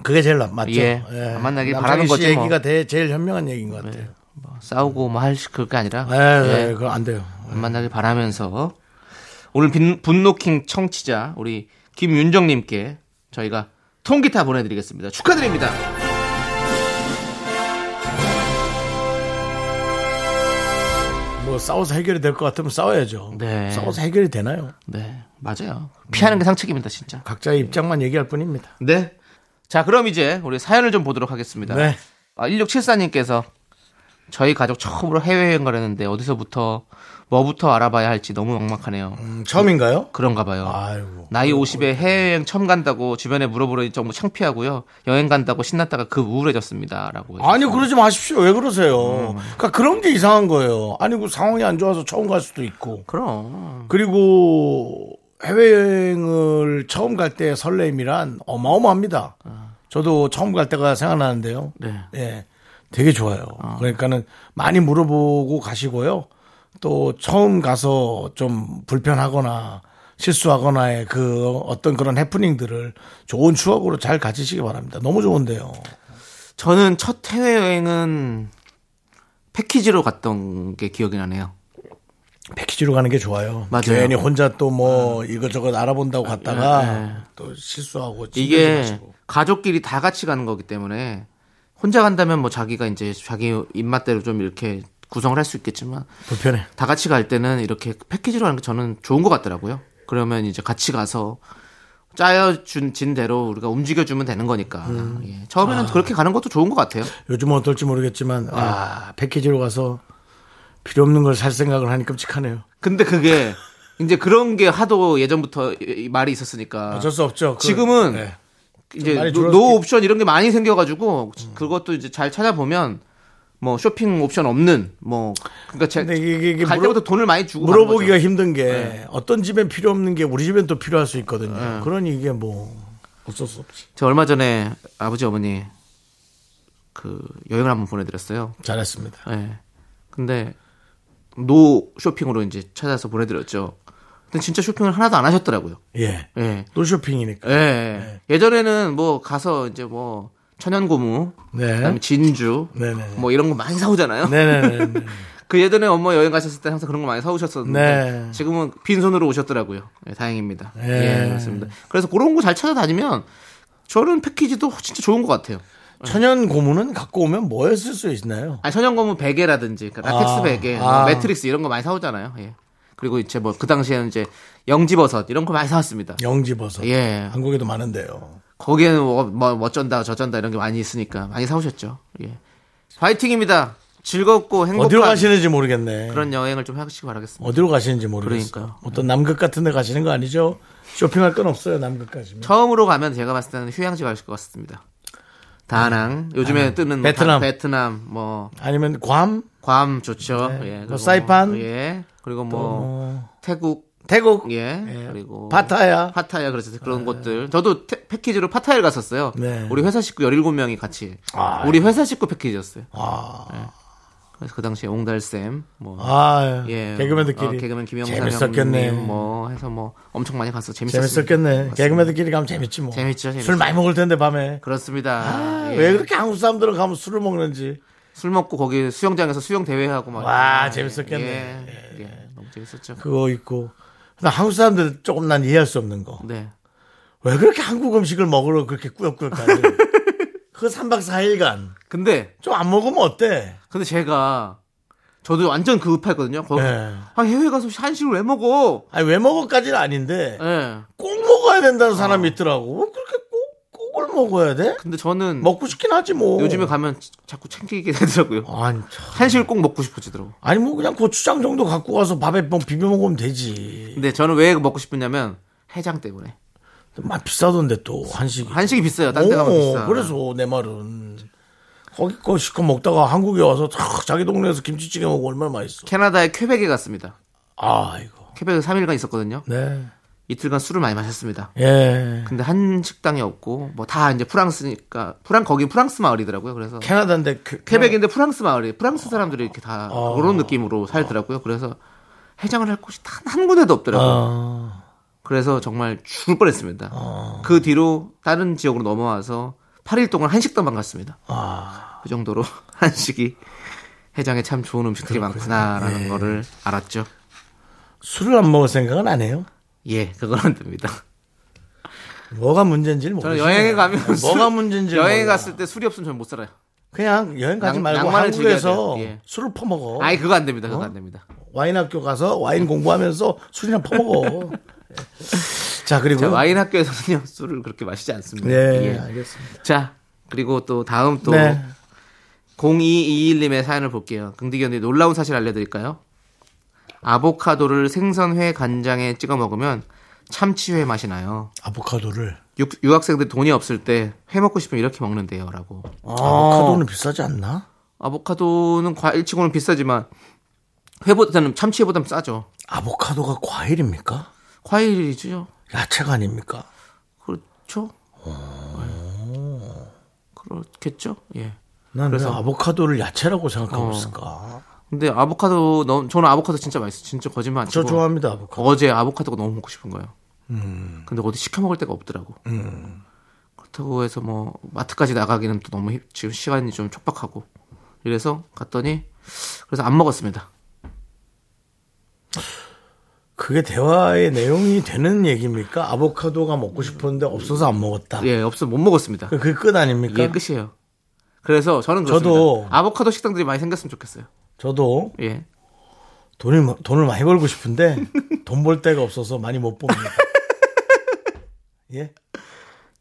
Speaker 1: 그게 제일 나- 맞죠.
Speaker 2: 예. 안 만나길
Speaker 1: 남창희
Speaker 2: 바라는
Speaker 1: 씨
Speaker 2: 거지 뭐.
Speaker 1: 얘기가 대- 제일 현명한 얘기인 것 같아요.
Speaker 2: 뭐 싸우고 뭐 할 그게 아니라
Speaker 1: 예,
Speaker 2: 예.
Speaker 1: 예, 그거 안 돼요.
Speaker 2: 안 만나길 바라면서 오늘 빈- 분노킹 청취자 우리 김윤정님께 저희가 통기타 보내드리겠습니다. 축하드립니다.
Speaker 1: 뭐 싸워서 해결이 될 것 같으면 싸워야죠.
Speaker 2: 네.
Speaker 1: 싸워서 해결이 되나요?
Speaker 2: 네, 맞아요.
Speaker 1: 음.
Speaker 2: 피하는 게 상책입니다, 진짜.
Speaker 1: 각자의 입장만 얘기할 뿐입니다.
Speaker 2: 네. 자, 그럼 이제 우리 사연을 좀 보도록 하겠습니다.
Speaker 1: 네.
Speaker 2: 아, 1674님께서 저희 가족 처음으로 해외여행 가려는데 어디서부터 뭐부터 알아봐야 할지 너무 막막하네요.
Speaker 1: 음, 처음인가요?
Speaker 2: 그런가 봐요.
Speaker 1: 아이고.
Speaker 2: 나이 50에 해외여행 처음 간다고 주변에 물어보니 정말 창피하고요. 여행 간다고 신났다가 급 우울해졌습니다. 라고.
Speaker 1: 아니 그러지 마십시오. 왜 그러세요?
Speaker 2: 음.
Speaker 1: 그러니까 그런 게 이상한 거예요. 아니 그 상황이 안 좋아서 처음 갈 수도 있고
Speaker 2: 그럼.
Speaker 1: 그리고 해외여행을 처음 갈 때 설렘이란 어마어마합니다. 저도 처음 갈 때가 생각나는데요.
Speaker 2: 네.
Speaker 1: 예. 되게 좋아요. 그러니까는 많이 물어보고 가시고요. 또 처음 가서 좀 불편하거나 실수하거나의 그 어떤 그런 해프닝들을 좋은 추억으로 잘 가지시기 바랍니다. 너무 좋은데요.
Speaker 2: 저는 첫 해외여행은 패키지로 갔던 게 기억이 나네요.
Speaker 1: 패키지로 가는 게 좋아요.
Speaker 2: 맞아요.
Speaker 1: 괜히 혼자 또 뭐 이것저것 알아본다고 갔다가
Speaker 2: 예, 예.
Speaker 1: 또 실수하고
Speaker 2: 이게
Speaker 1: 고
Speaker 2: 가족끼리 다 같이 가는 거기 때문에 혼자 간다면 뭐 자기가 이제 자기 입맛대로 좀 이렇게 구성을 할 수 있겠지만
Speaker 1: 불편해.
Speaker 2: 다 같이 갈 때는 이렇게 패키지로 하는 게 저는 좋은 것 같더라고요. 그러면 이제 같이 가서 짜여준 진 대로 우리가 움직여주면 되는 거니까 예. 처음에는 그렇게 가는 것도 좋은 것 같아요.
Speaker 1: 요즘은 어떨지 모르겠지만 아 패키지로 가서 필요 없는 걸 살 생각을 하니 끔찍하네요.
Speaker 2: 근데 그게 이제 그런 게 하도 예전부터 이- 이 말이 있었으니까
Speaker 1: 어쩔 수 없죠. 그-
Speaker 2: 지금은
Speaker 1: 네.
Speaker 2: 이제
Speaker 1: 많이
Speaker 2: 노,
Speaker 1: 줄었-
Speaker 2: 노 옵션 이런 게 많이 생겨가지고
Speaker 1: 음.
Speaker 2: 그것도 이제 잘 찾아보면 뭐 쇼핑 옵션 없는 뭐 그러니까 제,
Speaker 1: 근데 이게- 이게
Speaker 2: 갈
Speaker 1: 물어-
Speaker 2: 때부터 돈을 많이 주고 가는
Speaker 1: 물어보기가
Speaker 2: 거죠. 네.
Speaker 1: 힘든 게 어떤 집엔 필요 없는 게 우리 집엔 또 필요할 수 있거든요. 그러니 이게 뭐 어쩔 수 없지.
Speaker 2: 제가 얼마 전에 아버지 어머니 그 여행을 한번 보내드렸어요.
Speaker 1: 잘했습니다.
Speaker 2: 예. 근데 노 쇼핑으로 이제 찾아서 보내드렸죠. 근데 진짜 쇼핑을 하나도 안 하셨더라고요.
Speaker 1: 예.
Speaker 2: 예.
Speaker 1: 또 쇼핑이니까.
Speaker 2: 예.
Speaker 1: 네.
Speaker 2: 예전에는 뭐 가서 이제 뭐 천연고무,
Speaker 1: 네.
Speaker 2: 그다음에 진주,
Speaker 1: 네네네.
Speaker 2: 뭐 이런 거 많이 사오잖아요.
Speaker 1: 네네네.
Speaker 2: 그 예전에 엄마 여행 가셨을 때 항상 그런 거 많이 사오셨었는데
Speaker 1: 네.
Speaker 2: 지금은 빈손으로 오셨더라고요. 예, 다행입니다.
Speaker 1: 예.
Speaker 2: 예. 그렇습니다. 그래서 그런 거 잘 찾아다니면 저는 패키지도 진짜 좋은 것 같아요.
Speaker 1: 천연 고무는 갖고 오면 뭐에 쓸 수 있나요?
Speaker 2: 아니 천연고무 베개라든지 그러니까 라텍스
Speaker 1: 아,
Speaker 2: 베개,
Speaker 1: 아.
Speaker 2: 뭐 매트릭스 이런 거 많이 사오잖아요. 예. 그리고 이제 뭐 그 당시에는 이제 영지버섯 이런 거 많이 사왔습니다.
Speaker 1: 영지버섯.
Speaker 2: 예.
Speaker 1: 한국에도 많은데요.
Speaker 2: 거기에는 뭐, 뭐 어쩐다 저쩐다 이런 게 많이 있으니까 많이 사오셨죠. 예. 파이팅입니다. 즐겁고 행복한
Speaker 1: 어디로 가시는지 모르겠네.
Speaker 2: 그런 여행을 좀 하시기 바라겠습니다.
Speaker 1: 어디로 가시는지 모르겠어요.
Speaker 2: 그러니까요.
Speaker 1: 어떤 남극 같은 데 가시는 거 아니죠? 쇼핑할 건 없어요, 남극까지는.
Speaker 2: 처음으로 가면 제가 봤을 때는 휴양지 가실 것 같습니다. 다낭 요즘에 뜨는 뭐
Speaker 1: 네. 베트남.
Speaker 2: 다- 베트남 뭐
Speaker 1: 아니면 괌,
Speaker 2: 괌 좋죠. 예. 그리고 뭐-
Speaker 1: 네. 사이판.
Speaker 2: 예. 그리고 뭐 태국
Speaker 1: 태국,
Speaker 2: 예.
Speaker 1: 예,
Speaker 2: 그리고
Speaker 1: 파타야.
Speaker 2: 파타야 그래서 그런 곳들. 저도 태- 패키지로 파타야를 갔었어요.
Speaker 1: 네. 아, 예.
Speaker 2: 우리 회사 식구 17명이 같이. 우리 회사 식구 패키지였어요. 예. 그래서 그 당시에 옹달쌤 뭐
Speaker 1: 아,
Speaker 2: 예,
Speaker 1: 개그맨들끼리.
Speaker 2: 어, 개그맨 김영삼
Speaker 1: 재밌었겠네.
Speaker 2: 형님 뭐 해서 뭐 엄청 많이 갔어. 재밌었어요.
Speaker 1: 재밌었겠네. 개그맨들끼리 가면 재밌지 뭐.
Speaker 2: 재밌죠, 재밌죠.
Speaker 1: 술 많이 먹을 텐데 밤에.
Speaker 2: 그렇습니다. 예.
Speaker 1: 아, 왜 그렇게 한국 사람들은 가면 술을 먹는지.
Speaker 2: 술 먹고 거기 수영장에서 수영 대회하고 막.
Speaker 1: 와,
Speaker 2: 예,
Speaker 1: 재밌었겠네.
Speaker 2: 예, 예, 너무 재밌었죠.
Speaker 1: 그거 있고. 근데 한국 사람들 조금 난 이해할 수 없는 거.
Speaker 2: 네.
Speaker 1: 왜 그렇게 한국 음식을 먹으러 그렇게 꾸역꾸역 가지? 그 3박 4일간
Speaker 2: 근데
Speaker 1: 좀 안 먹으면 어때?
Speaker 2: 근데 제가 저도 완전 그 급했거든요. 거기
Speaker 1: 예.
Speaker 2: 아, 해외 가서 한식을 왜 먹어?
Speaker 1: 아니 왜 먹어까지는 아닌데
Speaker 2: 예.
Speaker 1: 꼭 먹어야 된다는
Speaker 2: 아.
Speaker 1: 사람이 있더라고. 왜 그렇게 꼭 꼭을 먹어야 돼?
Speaker 2: 근데 저는
Speaker 1: 먹고 싶긴 하지 뭐.
Speaker 2: 요즘에 가면 자- 자꾸 챙기게 되더라고요.
Speaker 1: 아니 참.
Speaker 2: 한식을 꼭 먹고 싶어지더라고.
Speaker 1: 아니 뭐 그냥 고추장 정도 갖고 가서 밥에 뭐 비벼 먹으면 되지.
Speaker 2: 근데 저는 왜 먹고 싶었냐면 해장 때문에.
Speaker 1: 막 비싸던데 또 한식이.
Speaker 2: 한식이 비싸요. 딴 데 가면
Speaker 1: 어,
Speaker 2: 비싸.
Speaker 1: 그래서 내 말은 거기 거 시커 먹다가 한국에 와서 탁 자기 동네에서 김치찌개 먹고 얼마나 맛있어.
Speaker 2: 캐나다의 퀘벡에 갔습니다.
Speaker 1: 아이고.
Speaker 2: 퀘벡에 3일간 있었거든요.
Speaker 1: 네.
Speaker 2: 이틀간 술을 많이 마셨습니다.
Speaker 1: 예.
Speaker 2: 근데 한 식당이 없고 뭐 다 이제 프랑스니까 프랑 거기 프랑스 마을이더라고요. 그래서
Speaker 1: 캐나다인데 그-
Speaker 2: 퀘벡인데 프랑스 마을이 프랑스 사람들이 이렇게 다
Speaker 1: 아.
Speaker 2: 그런 느낌으로 살더라고요. 그래서 해장을 할 곳이 단 한 군데도 없더라고요.
Speaker 1: 아,
Speaker 2: 그래서 정말 죽을 뻔했습니다. 그 뒤로 다른 지역으로 넘어와서 8일 동안 한식당만 갔습니다.
Speaker 1: 아.
Speaker 2: 그 정도로 한식이 해장에 참 좋은 음식들이 많구나라는
Speaker 1: 예.
Speaker 2: 거를 알았죠.
Speaker 1: 술을 안 먹을 생각은 안 해요.
Speaker 2: 예, 그건 안 됩니다.
Speaker 1: 뭐가 문제인지 모르겠어요.
Speaker 2: 저는 여행에 가면
Speaker 1: 뭐가 문제인지
Speaker 2: 여행 에
Speaker 1: 몰라.
Speaker 2: 갔을 때 술이 없으면 저는 못 살아요.
Speaker 1: 그냥 여행 가지
Speaker 2: 낭-
Speaker 1: 말고
Speaker 2: 낭만을
Speaker 1: 한국에서
Speaker 2: 즐겨야 돼요. 예.
Speaker 1: 술을 퍼먹어.
Speaker 2: 아니 그거 안 됩니다. 그거 안 됩니다.
Speaker 1: 와인 학교 가서 와인 공부하면서 술이나 퍼먹어. 자
Speaker 2: 저
Speaker 1: 그리고
Speaker 2: 와인 학교에서는요 술을 그렇게 마시지 않습니다.
Speaker 1: 예,
Speaker 2: 예.
Speaker 1: 알겠습니다.
Speaker 2: 자 그리고 또 다음 또
Speaker 1: 네.
Speaker 2: 0221님의 사연을 볼게요. 긍디견디 놀라운 사실 알려드릴까요? 아보카도를 생선회 간장에 찍어 먹으면 참치회 맛이 나요.
Speaker 1: 아보카도를
Speaker 2: 유, 유학생들 돈이 없을 때 회 먹고 싶으면 이렇게 먹는데요라고.
Speaker 1: 아보카도는 비싸지 않나?
Speaker 2: 아보카도는 과일치고는 비싸지만 회보다는 참치회보다는 싸죠.
Speaker 1: 아보카도가 과일입니까?
Speaker 2: 과일이죠.
Speaker 1: 야채가 아닙니까?
Speaker 2: 그렇죠.
Speaker 1: 어.
Speaker 2: 네. 그렇겠죠. 예.
Speaker 1: 난 그래서 어.
Speaker 2: 그래서-
Speaker 1: 아보카도를 야채라고 생각하고 있을까?
Speaker 2: 근데 아보카도 너무 저는 아보카도 진짜 맛있어. 진짜 거짓말 안
Speaker 1: 저
Speaker 2: 치고.
Speaker 1: 좋아합니다 음. 아보카도.
Speaker 2: 어제 아보카도가 너무 먹고 싶은 거예요. 근데 어디 시켜 먹을 데가 없더라고.
Speaker 1: 음.
Speaker 2: 그렇다고 해서 뭐 마트까지 나가기는 또 너무 힘- 지금 시간이 좀 촉박하고. 이래서 갔더니 그래서 안 먹었습니다.
Speaker 1: 그게 대화의 내용이 되는 얘기입니까? 아보카도가 먹고 싶었는데 없어서 안 먹었다.
Speaker 2: 예, 없어 못 먹었습니다.
Speaker 1: 그게 끝 아닙니까?
Speaker 2: 이게 끝이에요. 그래서 저는 그렇습니다.
Speaker 1: 저도-
Speaker 2: 아보카도 식당들이 많이 생겼으면 좋겠어요.
Speaker 1: 저도
Speaker 2: 예.
Speaker 1: 돈을 마- 돈을 많이 벌고 싶은데 돈 벌 데가 없어서 많이 못 봅니다. 예?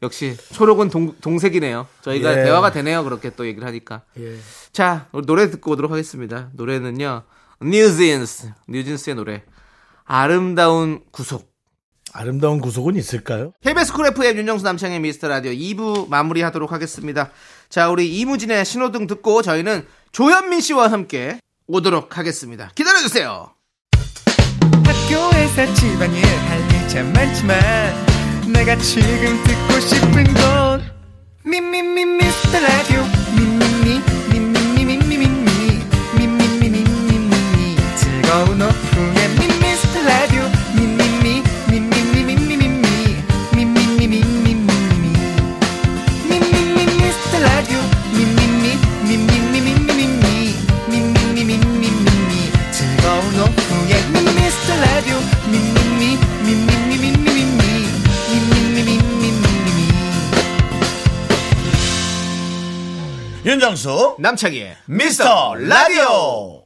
Speaker 2: 역시 초록은 동, 동색이네요. 저희가
Speaker 1: 예.
Speaker 2: 대화가 되네요. 그렇게 또 얘기를 하니까.
Speaker 1: 예.
Speaker 2: 자, 우리 노래 듣고 오도록 하겠습니다. 노래는요. 뉴진스. 뉴진스의 노래. 아름다운 구속.
Speaker 1: 아름다운 구속은 있을까요?
Speaker 2: KBS 쿨 FM 윤정수 남창의 미스터 라디오 2부 마무리하도록 하겠습니다. 자, 우리 이무진의 신호등 듣고 저희는 조현민 씨와 함께 오도록 하겠습니다. 기다려주세요.
Speaker 4: 학교에서 집안일 할 일 참 많지만 내가 지금 듣고 싶은 건 미미미 미스터 라디오 미미미 미미미 미미미 미미미 미미미 즐거운 오후에 미스터 라디오 미미미 미미미 미미미 미미미 미미미
Speaker 1: 윤정수
Speaker 2: 남창희의
Speaker 1: 미스터 라디오.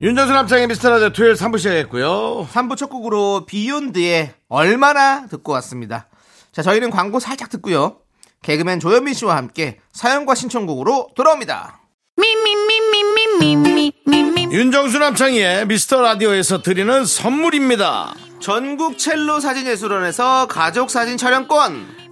Speaker 1: 윤정수 남창의 미스터 라디오 토요일 3부 시작했고요.
Speaker 2: 3부 첫 곡으로 비욘드의 얼마나 듣고 왔습니다. 자, 저희는 광고 살짝 듣고요. 개그맨 조현민 씨와 함께 사연과 신청곡으로 돌아옵니다.
Speaker 3: 미미미미미미미미미
Speaker 1: 윤정수 남창의 미스터 라디오에서 드리는 선물입니다.
Speaker 2: 전국 첼로 사진예술원에서 가족 사진 촬영권,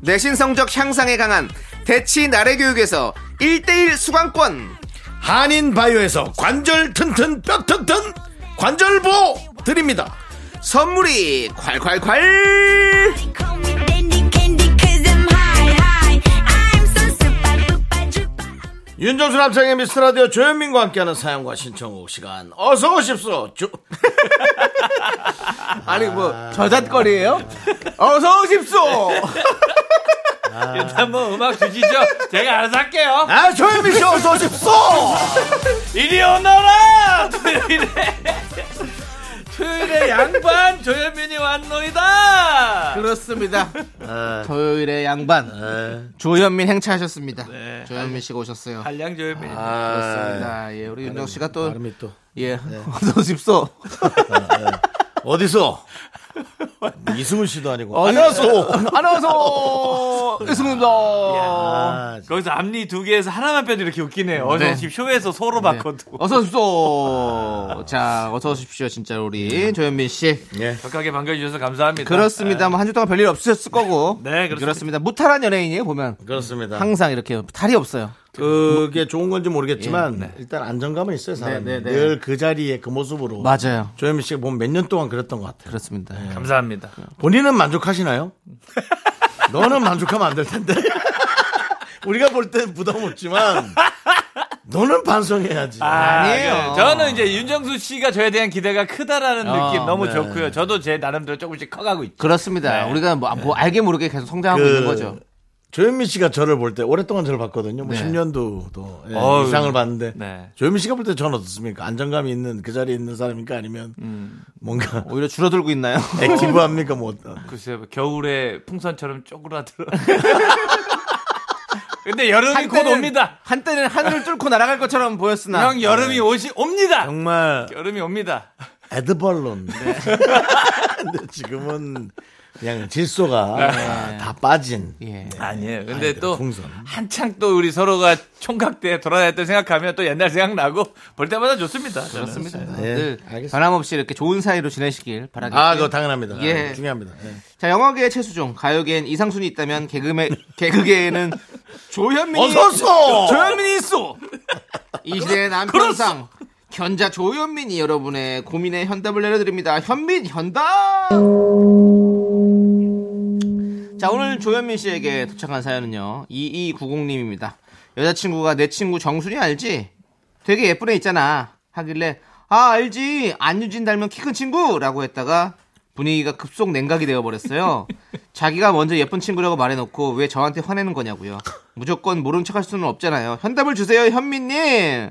Speaker 2: 내신 성적 향상에 강한 대치 나래교육에서 1대1 수강권,
Speaker 1: 한인 바이오에서 관절 튼튼 뼈 튼튼 관절보 드립니다.
Speaker 2: 선물이 콸콸콸!
Speaker 1: 윤정수 남창의 미스터라디오 조현민과 함께하는 사연과 신청곡 시간 어서 오십시오. 조...
Speaker 2: 아니 뭐 저잣거리예요? 어서 오십소.
Speaker 1: 네.
Speaker 5: 일단 뭐 음악 주시죠. 제가 알아서 할게요.
Speaker 1: 아 조현민 씨 어서 오십시오.
Speaker 5: 이리 오너라! 토요일에. 토요일에 양반 조현민이 왔노이다!
Speaker 2: 그렇습니다.
Speaker 1: 어.
Speaker 2: 어, 토요일의 양반 네. 조현민 행차하셨습니다.
Speaker 5: 네.
Speaker 2: 조현민 씨가 오셨어요.
Speaker 5: 한량 조현민.
Speaker 2: 그렇습니다. 예, 우리 윤정 씨가 또
Speaker 1: 발음이 아, 또
Speaker 2: 예, 어서 오십소.
Speaker 1: 어디서? 이승훈 씨도
Speaker 2: 어,
Speaker 1: 아니고
Speaker 2: 안녕하세요. 안녕하세요. 이승훈입니다.
Speaker 1: 아,
Speaker 5: 거기서 앞니 두 개에서 하나만 빼도 이렇게 웃기네요. 어서
Speaker 2: 네.
Speaker 5: 오십시오. 쇼에서 서로
Speaker 2: 네.
Speaker 5: 바꿔도.
Speaker 2: 어서 오십소. 자, 어서 오십시오. 진짜
Speaker 1: 네.
Speaker 2: 우리 예, 조현민 씨.
Speaker 1: 예.
Speaker 5: 적하게 반겨주셔서 감사합니다.
Speaker 2: 그렇습니다. 뭐 한 주 동안 별일 없으셨을 거고.
Speaker 5: 네, 그렇습니다.
Speaker 2: 무탈한 연예인이에요, 보면.
Speaker 1: 그렇습니다.
Speaker 2: 항상 이렇게 탈이 없어요.
Speaker 1: 그게 좋은 건지 모르겠지만 일단 안정감은 있어요. 사람이
Speaker 2: 예, 네, 네, 네.
Speaker 1: 늘 그 자리에 그 모습으로
Speaker 2: 맞아요.
Speaker 1: 조현민 씨가 보면 몇 년 동안 그랬던 것 같아요.
Speaker 2: 그렇습니다.
Speaker 5: 네, 감사합니다.
Speaker 1: 본인은 만족하시나요? 너는 만족하면 안 될 텐데. 우리가 볼 땐 부담 없지만 너는 반성해야지.
Speaker 2: 아니에요.
Speaker 5: 그, 저는 이제 윤정수 씨가 저에 대한 기대가 크다라는
Speaker 2: 어,
Speaker 5: 느낌 너무 좋고요. 저도 제 나름대로 조금씩 커가고 있죠.
Speaker 2: 그렇습니다.
Speaker 5: 네.
Speaker 2: 우리가 뭐, 뭐 알게 모르게 계속 성장하고
Speaker 1: 그-
Speaker 2: 있는 거죠.
Speaker 1: 조현민 씨가 저를 볼 때 오랫동안 저를 봤거든요. 뭐
Speaker 2: 네.
Speaker 1: 10년도도 예,
Speaker 5: 어우.
Speaker 1: 이상을 봤는데
Speaker 5: 네.
Speaker 1: 조현민 씨가 볼 때 저는 어떻습니까? 안정감이 있는 그 자리에 있는 사람입니까? 아니면 뭔가
Speaker 2: 음. 오히려 줄어들고 있나요? 그
Speaker 1: 액티브합니까? 뭐 어떤-
Speaker 5: 글쎄요, 겨울에 풍선처럼 쪼그라들어. 근데 여름이 곧
Speaker 2: 한때는-
Speaker 5: 옵니다.
Speaker 2: 한때는 하늘을 뚫고 날아갈 것처럼 보였으나. 네.
Speaker 5: 형 여름이 오시 옵니다.
Speaker 1: 정말
Speaker 5: 여름이 옵니다.
Speaker 1: 에드벌론.
Speaker 2: 네.
Speaker 1: 근데 지금은 그냥 질소가 다 빠진.
Speaker 2: 네. 예.
Speaker 5: 아니에요. 근데
Speaker 1: 아이고,
Speaker 5: 또
Speaker 1: 풍선.
Speaker 5: 한창 또 우리 서로가 총각 때 돌아다녔던 생각하면 또 옛날 생각나고 볼 때마다 좋습니다. 저는.
Speaker 2: 그렇습니다.
Speaker 1: 예,
Speaker 2: 늘
Speaker 1: 알겠습니다.
Speaker 2: 변함없이 이렇게 좋은 사이로 지내시길 바라겠습니다.
Speaker 1: 아, 그거 당연합니다.
Speaker 2: 예.
Speaker 1: 아, 중요합니다. 예.
Speaker 2: 자, 영화계의 최수종, 가요계엔 이상순이 있다면 개그맨 개그계에는 조현민이
Speaker 1: 어서서!
Speaker 2: 조현민이 있어. 이 시대의 남편상 견자 조현민이 여러분의 고민에 현답을 내려드립니다. 현민 현답. 자, 오늘 조현민 씨에게 도착한 사연은요. 2290님입니다. 여자친구가 내 친구 정순이 알지? 되게 예쁜 애 있잖아. 하길래, 아, 알지. 안유진 닮은 키 큰 친구! 라고 했다가 분위기가 급속 냉각이 되어버렸어요. 자기가 먼저 예쁜 친구라고 말해놓고 왜 저한테 화내는 거냐고요. 무조건 모른 척 할 수는 없잖아요. 현답을 주세요, 현민님!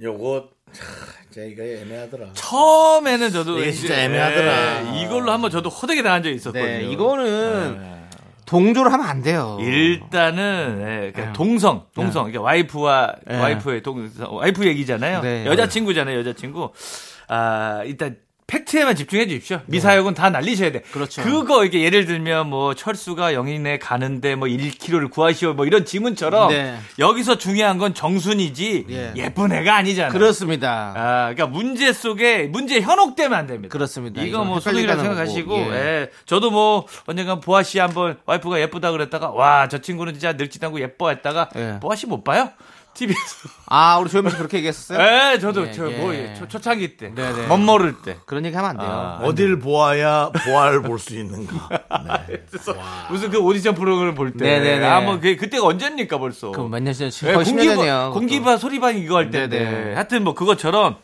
Speaker 1: 요거 참, 진짜 이거 애매하더라.
Speaker 5: 처음에는 저도
Speaker 2: 예,
Speaker 1: 이게 진짜 애매하더라.
Speaker 5: 네, 이걸로 한번 저도 호되게 당한 적이 있었거든요.
Speaker 2: 네, 이거는 네. 동조를 하면 안 돼요.
Speaker 5: 일단은 예, 그러니까 동성, 동성, 그러니까 와이프와 와이프의 동성, 와이프 얘기잖아요.
Speaker 2: 예. 네.
Speaker 5: 여자친구잖아요, 여자친구. 아 일단 팩트에만 집중해 주십시오. 미사역은 다 날리셔야 돼.
Speaker 2: 네. 그렇죠.
Speaker 5: 그거 이게 예를 들면 뭐 철수가 영인에 가는데 뭐 1kg를 구하시오 뭐 이런 지문처럼
Speaker 2: 네.
Speaker 5: 여기서 중요한 건 정순이지
Speaker 2: 예.
Speaker 5: 예. 쁜 애가 아니잖아요.
Speaker 2: 그렇습니다.
Speaker 5: 아, 그러니까 문제 속에 문제 현혹되면 안 됩니다.
Speaker 2: 그렇습니다.
Speaker 5: 이거 뭐 소득이라
Speaker 2: 헷갈리다는 거고.
Speaker 5: 생각하시고,
Speaker 2: 예.
Speaker 5: 예. 저도 뭐 언젠간 보아 씨 한번 와이프가 예쁘다 그랬다가 와 저 친구는 진짜 늙지도 고 예뻐했다가
Speaker 2: 예.
Speaker 5: 보아 씨 못 봐요? TV에서.
Speaker 2: 아, 우리 조현민 씨 그렇게 얘기했었어요?
Speaker 5: 예, 저도
Speaker 2: 예,
Speaker 5: 저
Speaker 2: 예.
Speaker 5: 뭐 예, 초, 초창기 때,
Speaker 2: 네네.
Speaker 5: 멋모를 때.
Speaker 2: 그런 얘기 하면 안 돼요.
Speaker 1: 아,
Speaker 5: 아.
Speaker 1: 어딜 보아야 보아를 볼 수 있는가. 네.
Speaker 5: 무슨 그 오디션 프로그램을 볼 때.
Speaker 2: 네네네.
Speaker 5: 아, 뭐 그게 그때가 언제입니까 벌써.
Speaker 2: 그럼 몇년 전에 지금
Speaker 5: 예,
Speaker 2: 거의 10년
Speaker 5: 공기반,
Speaker 2: 전이에요.
Speaker 5: 공기반 소리반 이거 할 때인데.
Speaker 2: 네네.
Speaker 5: 하여튼 뭐 그것처럼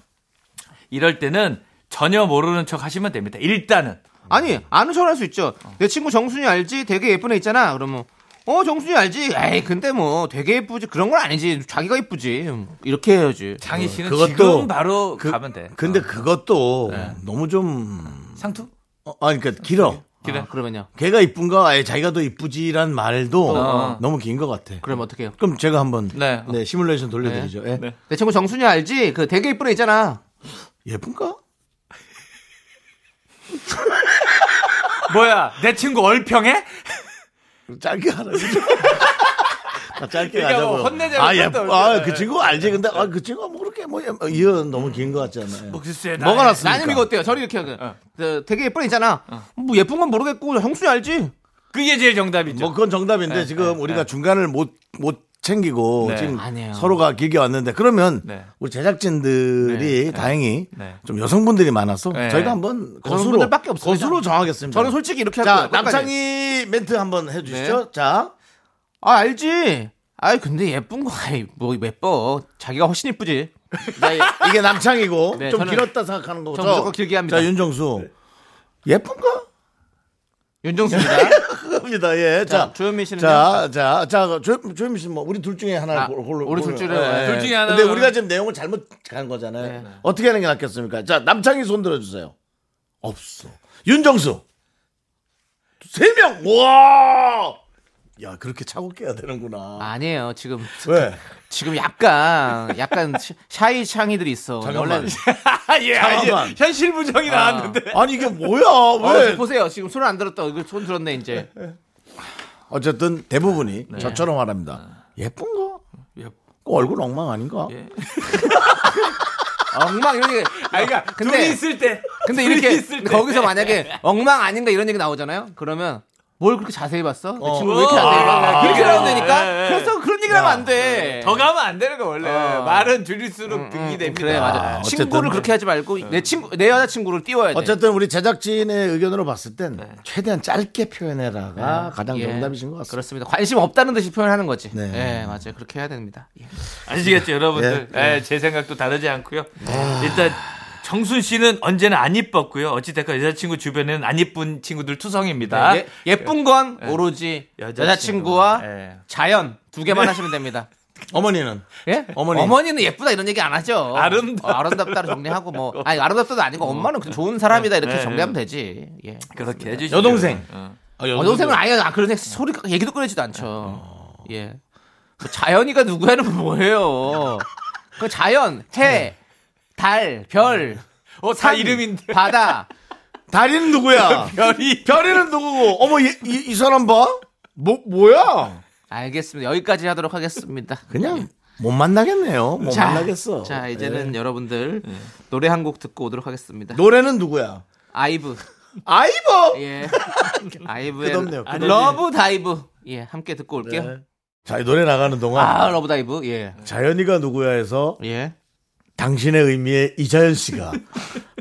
Speaker 5: 이럴 때는 전혀 모르는 척 하시면 됩니다. 일단은.
Speaker 2: 아니, 아는 척을 할 수 있죠. 내 친구 정순이 알지? 되게 예쁜 애 있잖아. 그러면 어, 정순이 알지? 에이, 근데 뭐 되게 예쁘지. 그런 건 아니지. 자기가 예쁘지. 이렇게 해야지.
Speaker 5: 장희 씨는
Speaker 1: 그것도
Speaker 5: 지금 바로
Speaker 1: 그-
Speaker 5: 가면 돼.
Speaker 2: 아.
Speaker 1: 근데 그것도
Speaker 2: 네.
Speaker 1: 너무 좀
Speaker 5: 상투?
Speaker 1: 어, 아니 그러니까 길어.
Speaker 5: 그래.
Speaker 2: 아, 그러면요.
Speaker 1: 걔가 이쁜가 아예 자기가 더 이쁘지란 말도 너무 긴 것 같아.
Speaker 2: 그럼 어떻게 해요?
Speaker 1: 그럼 제가 한번
Speaker 5: 어. 네.
Speaker 1: 네, 시뮬레이션 돌려드리죠. 예.
Speaker 2: 내 친구 정순이 알지? 그 되게 예쁜 애 있잖아.
Speaker 1: 예쁜가?
Speaker 5: 뭐야, 내 친구 얼평해?
Speaker 1: 짧게 하라. 아, 짧게
Speaker 5: 그러니까
Speaker 1: 하자고.
Speaker 5: 뭐 혼내자는
Speaker 1: 아,
Speaker 5: 것도
Speaker 1: 예뻐.
Speaker 5: 없잖아요. 네.
Speaker 1: 아, 그 친구 알지. 근데 아, 그 친구가 뭐 그렇게 뭐 예- 이건 너무 긴 것 같잖아요.
Speaker 5: 글쎄, 나
Speaker 2: 뭐가
Speaker 1: 났습니까?
Speaker 2: 나는 이거 어때요? 저를 이렇게 하고. 저 되게 예쁜 애 있잖아. 뭐 예쁜 건 모르겠고 정순이 알지?
Speaker 5: 그게 제일 정답이죠.
Speaker 1: 뭐 그건 정답인데
Speaker 2: 네,
Speaker 1: 지금 우리가 중간을 못, 못 챙기고
Speaker 5: 네.
Speaker 1: 지금
Speaker 2: 아니에요.
Speaker 1: 서로가 길게 왔는데 그러면
Speaker 5: 네.
Speaker 1: 우리 제작진들이 다행히
Speaker 5: 네.
Speaker 1: 좀 여성분들이 많아서
Speaker 5: 네.
Speaker 1: 저희가 한번 거수로
Speaker 2: 여성분들밖에 없습니다.
Speaker 1: 거수로 정하겠습니다.
Speaker 2: 저는 솔직히 이렇게
Speaker 1: 자,
Speaker 2: 할거예요 네.
Speaker 1: 남창희 멘트 한번 해주시죠. 자,
Speaker 2: 아 알지. 아이 근데 예쁜 거 아이 뭐 예뻐. 자기가 훨씬 예쁘지. 나 예-
Speaker 1: 이게 남창이고
Speaker 2: 네,
Speaker 1: 좀
Speaker 2: 저는-
Speaker 1: 길었다 생각하는 거죠.
Speaker 2: 전 무조건 길게 합니다.
Speaker 1: 자, 윤정수 예쁜가?
Speaker 2: 윤정수입니다.
Speaker 1: 그겁니다. 예.
Speaker 2: 자,
Speaker 1: 자,
Speaker 2: 조현민 씨는요?
Speaker 1: 자, 자, 자, 조, 조현민 씨는 뭐 우리 둘 중에 하나를
Speaker 2: 아,
Speaker 1: 골- 골-
Speaker 2: 우리 둘
Speaker 1: 골-
Speaker 2: 중에
Speaker 1: 예,
Speaker 2: 하나.
Speaker 1: 예.
Speaker 5: 둘 중에 하나는-
Speaker 1: 근데 우리가 지금 내용을 잘못 간 거잖아요. 어떻게 하는 게 낫겠습니까? 자, 남창희 손 들어 주세요. 없어. 윤정수. 세 명. 와! 야, 그렇게 차고 깨야 되는구나.
Speaker 2: 아니에요. 지금
Speaker 1: 왜?
Speaker 2: 지금 약간 약간 시- 샤이 창이들이 있어.
Speaker 1: 잠깐만. 아.
Speaker 5: 예,
Speaker 1: 잠깐만.
Speaker 5: 아, 현실 부정이 나왔는데.
Speaker 1: 아니 이게 뭐야?
Speaker 2: 원래- 어,
Speaker 1: 왜?
Speaker 2: 보세요. 지금 손을 안 들었다. 이거 손 들었네 이제.
Speaker 1: 어쨌든 대부분이 저처럼 말합니다. 네. 예쁜 예. 거?
Speaker 5: 예.
Speaker 1: 그 얼굴 엉망 아닌가?
Speaker 2: 엉망 이런 얘기.
Speaker 5: 아, 그러니까
Speaker 2: 근데-
Speaker 5: 둘이 있을 때.
Speaker 2: 근데
Speaker 5: 둘이
Speaker 2: 이렇게
Speaker 5: 있을 때.
Speaker 2: 거기서 만약에 엉망 아닌가 이런 얘기 나오잖아요. 그러면 뭘 그렇게 자세히 봤어? 내 친구 왜 이렇게 자세히 봤나?
Speaker 5: 아,
Speaker 2: 그렇게
Speaker 5: 그래요.
Speaker 2: 하면 되니까.
Speaker 5: 예, 예.
Speaker 2: 그래서 그런 얘기를 하면 안 돼.
Speaker 5: 더 가면 안 되는 거 원래. 말은 줄일수록 등이 됩니다.
Speaker 2: 그래 네, 맞아.
Speaker 1: 어쨌든-
Speaker 2: 친구를 그렇게 하지 말고 내 친구 내 여자 친구를 띄워야 돼.
Speaker 1: 어쨌든 우리 제작진의 의견으로 봤을 땐 최대한 짧게 표현해라가 가장
Speaker 2: 예.
Speaker 1: 정답이신 것 같습니다.
Speaker 2: 그렇습니다. 관심 없다는 듯이 표현하는 거지. 네,
Speaker 1: 네.
Speaker 2: 맞아요. 그렇게 해야 됩니다. 예.
Speaker 5: 아시겠죠, 여러분들. 예, 제 생각도 다르지 않고요.
Speaker 1: 예.
Speaker 5: 일단 정순 씨는 언제나 안 이뻤고요. 어찌됐건 여자친구 주변에는 안 이쁜 친구들 투성입니다.
Speaker 2: 예, 예쁜 건 오로지
Speaker 5: 여자친구.
Speaker 2: 여자친구와
Speaker 5: 예.
Speaker 2: 자연 두 개만 하시면 됩니다.
Speaker 1: 그렇죠. 어머니는
Speaker 2: 예?
Speaker 1: 어머니.
Speaker 2: 어머니는 예쁘다 이런 얘기 안 하죠.
Speaker 5: 아름답다.
Speaker 2: 어, 아름답다로 정리하고 뭐 아니 아름답다도 아니고 엄마는 그냥 좋은 사람이다 이렇게
Speaker 5: 네,
Speaker 2: 정리하면 되지. 예.
Speaker 5: 그렇게 해주시죠.
Speaker 1: 여동생.
Speaker 5: 어.
Speaker 2: 어,
Speaker 1: 뭐-
Speaker 2: 여동생은 아예 아, 그런 소리 얘기도 꺼내지도 않죠.
Speaker 1: 어.
Speaker 2: 예. 뭐 자연이가 누구야는 뭐예요? 그 자연, 해,
Speaker 1: 네.
Speaker 2: 달, 별,
Speaker 5: 어, 다
Speaker 2: 산,
Speaker 5: 이름인데.
Speaker 2: 바다.
Speaker 1: 다리는 누구야?
Speaker 5: 별이.
Speaker 1: 별이는 누구고? 어머 이, 이, 이 사람 봐. 뭐 뭐야?
Speaker 2: 알겠습니다. 여기까지 하도록 하겠습니다.
Speaker 1: 그냥 못 만나겠네요. 못
Speaker 2: 자,
Speaker 1: 만나겠어.
Speaker 2: 자,
Speaker 1: 예.
Speaker 2: 이제는 여러분들 노래 한 곡 듣고 오도록 하겠습니다.
Speaker 1: 네. 노래는 누구야?
Speaker 2: 아이브.
Speaker 1: 아이버.
Speaker 2: 예. 아이브의
Speaker 1: 끝없네요, 끝없네. 네.
Speaker 2: 러브 다이브. 예, 함께 듣고 올게요.
Speaker 1: 자, 이 노래 나가는 동안
Speaker 2: 아, 러브 다이브. 예.
Speaker 1: 자연이가 누구야에서
Speaker 2: 예.
Speaker 1: 당신의 의미에 이자연 씨가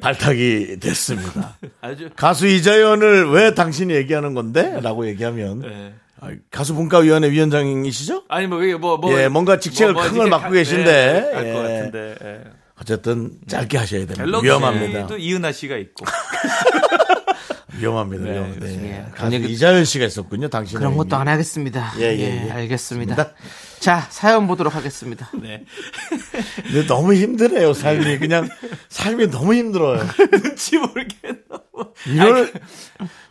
Speaker 1: 발탁이 됐습니다.
Speaker 5: 아주
Speaker 1: 가수 이자연을 왜 당신이 얘기하는 건데? 라고 얘기하면
Speaker 2: 네.
Speaker 5: 예.
Speaker 1: 아, 가수 분과위원회 위원장이시죠?
Speaker 5: 아니 뭐뭐뭐
Speaker 1: 예, 뭔가 직책을 큰 걸 맡고 계신데.
Speaker 5: 알것
Speaker 1: 예.
Speaker 5: 같은데. 예.
Speaker 1: 어쨌든 짧게 하셔야 됩니다.
Speaker 5: 갤럭시도
Speaker 1: 위험합니다.
Speaker 5: 이은하 씨가 있고.
Speaker 1: 위험합니다. 위험합니다. 예.
Speaker 2: 네, 그렇습니다.
Speaker 1: 가수
Speaker 2: 그런
Speaker 1: 이자연 씨가 있었군요. 당신
Speaker 2: 그런 것도 안 하겠습니다.
Speaker 1: 네, 예, 예, 예.
Speaker 2: 알겠습니다.
Speaker 1: 좋습니다.
Speaker 2: 자, 사연 보도록 하겠습니다.
Speaker 5: 네.
Speaker 1: 근데 너무 힘드네요. 삶이 그냥 삶이 너무 힘들어요.
Speaker 5: 지 모르겠나. 뭐.
Speaker 1: 이걸